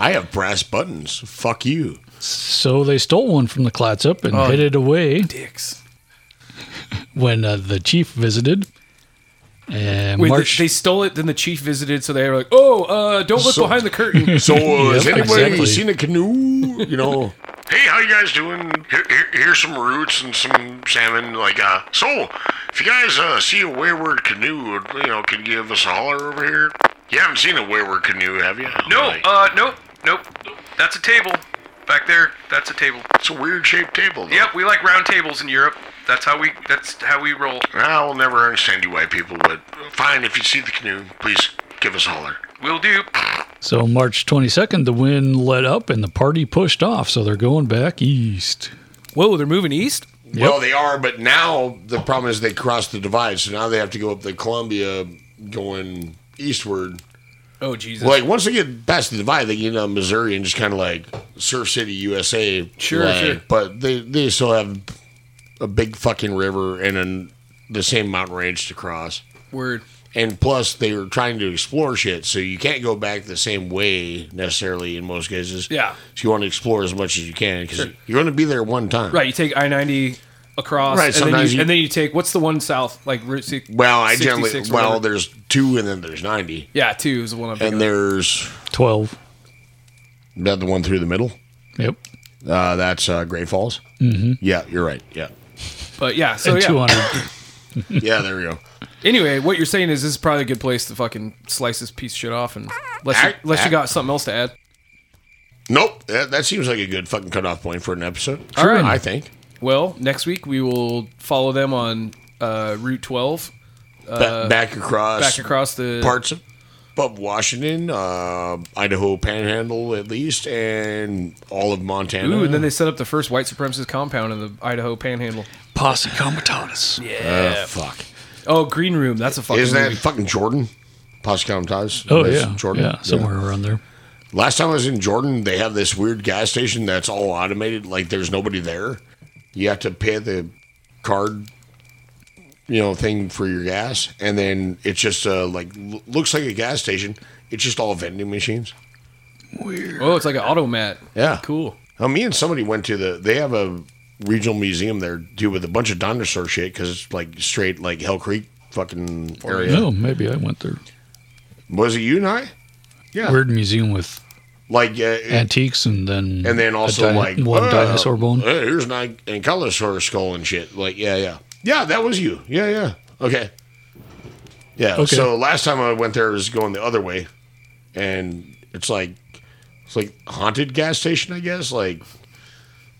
B: I have brass buttons. Fuck you.
E: So they stole one from the Clatsop and
B: Oh,
E: hid it away.
A: Dicks.
E: When uh, the chief visited, and
A: Wait,
E: March
A: they, they stole it. Then the chief visited, so they were like, "Oh, uh, don't look
E: So-
A: behind the curtain."
E: So, uh, has Yep, anybody exactly. seen
B: a canoe? You know. Hey, how you guys doing? Here, here, here's some roots and some salmon. Like, uh, so if you guys uh, see a wayward canoe, you know, can you give us a holler over here? You haven't seen a wayward canoe, have you?
P: No, uh, nope, nope. That's a table. Back there, that's a table.
B: It's a weird shaped table. Though.
P: Yep, we like round tables in Europe. That's how we. That's how we roll.
B: I will never understand you white people, but fine. If you see the canoe, please give us a holler.
P: Will do.
E: so March twenty second, the wind let up and the party pushed off. So they're going back east.
A: Whoa, they're moving east.
B: Well, they are, but now the problem is they crossed the divide, so now they have to go up the Columbia going eastward.
A: Oh Jesus!
B: Like once they get past the divide, they get on Missouri and just kind of like Surf City, USA.
A: Sure,
B: like,
A: sure.
B: But they they still have a big fucking river and an, the same mountain range to cross.
A: Word.
B: And plus, they were trying to explore shit, so you can't go back the same way necessarily in most cases.
A: Yeah.
B: So you want to explore as much as you can because
A: Sure.
B: you're going to be there one time.
A: Right, you take I ninety across,
B: Right,
A: and, then
B: sometimes
A: you,
B: you-
A: and then you take what's the one south, like Route Six.
B: Well, I generally
A: 66 or
B: well,
A: whatever.
B: there's two and then there's ninety,
A: yeah, two is the one I'm thinking.
B: and there's
E: twelve.
B: That the one through the middle.
E: Yep.
B: Uh, that's uh, Great Falls.
A: Mm-hmm.
E: Mhm.
B: Yeah, you're right. Yeah.
A: of. But yeah, so Oh, yeah.
B: yeah, there we go.
A: Anyway, what you're saying is this is probably a good place to fucking slice this piece of shit off, and unless you,
B: Act-
A: unless you
B: act-
A: got something else to add.
B: Nope. That, that seems like a good fucking cutoff point for an episode.
A: All right.
B: I think.
A: Well, next week we will follow them on uh, Route 12. Uh,
B: Ba- back across.
A: Back across the
B: Parts of above Washington, uh, Idaho Panhandle at least, and all of Montana.
A: Ooh, and then they set up the first white supremacist compound in the Idaho Panhandle.
E: Posse Comitatus.
A: Yeah.
B: Uh, fuck.
A: Oh, Green Room. That's a fucking
B: Isn't
A: movie.
B: that fucking Jordan? Pascal Ties?
E: Oh
B: That's
E: yeah, yeah, somewhere around there.
B: Last time I was in Jordan, they have this weird gas station that's all automated. Like there's nobody there. You have to pay the card, you know, thing for your gas, and then it's just uh, like l- looks like a gas station. It's just all vending machines.
A: Oh, it's like an automat.
B: Yeah,
A: cool.
B: Uh, me and somebody went to the. They have a regional museum there too with a bunch of dinosaur shit because it's like straight like Hell Creek fucking area.
E: No, maybe I went there.
B: Was it you and I? Yeah.
E: Weird museum with
B: Like uh,
E: antiques and then
B: and then
E: a
B: also
E: dino-
B: like
E: one
B: uh,
E: dinosaur bone.
B: uh, here's an ankylosaur skull and shit. Like yeah, yeah, yeah. That was you. Yeah, yeah. Okay. Yeah.
E: Okay.
B: So last time I went there it was going the other way, and it's like it's like haunted gas station, I guess. Like,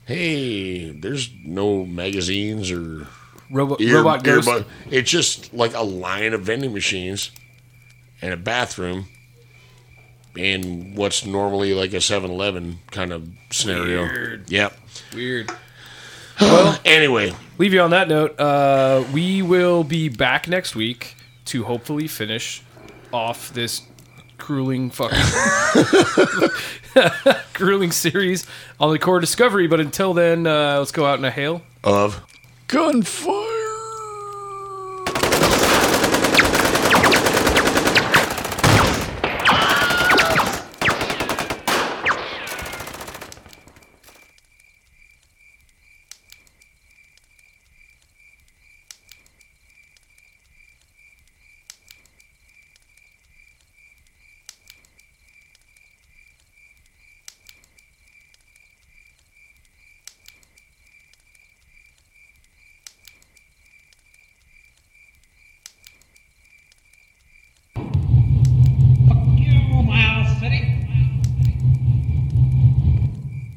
B: hey, there's no magazines or
A: Robo- robot ghost.
B: earbud- It's just like a line of vending machines and a bathroom. And what's normally like a 7-Eleven kind of scenario.
A: Weird.
B: Yep.
A: Weird.
B: Well, anyway,
A: Leave you on that note. Uh, we will be back next week to hopefully finish off this grueling fucking grueling series on the core discovery. But until then, uh, let's go out in a hail
B: of
E: gunfire.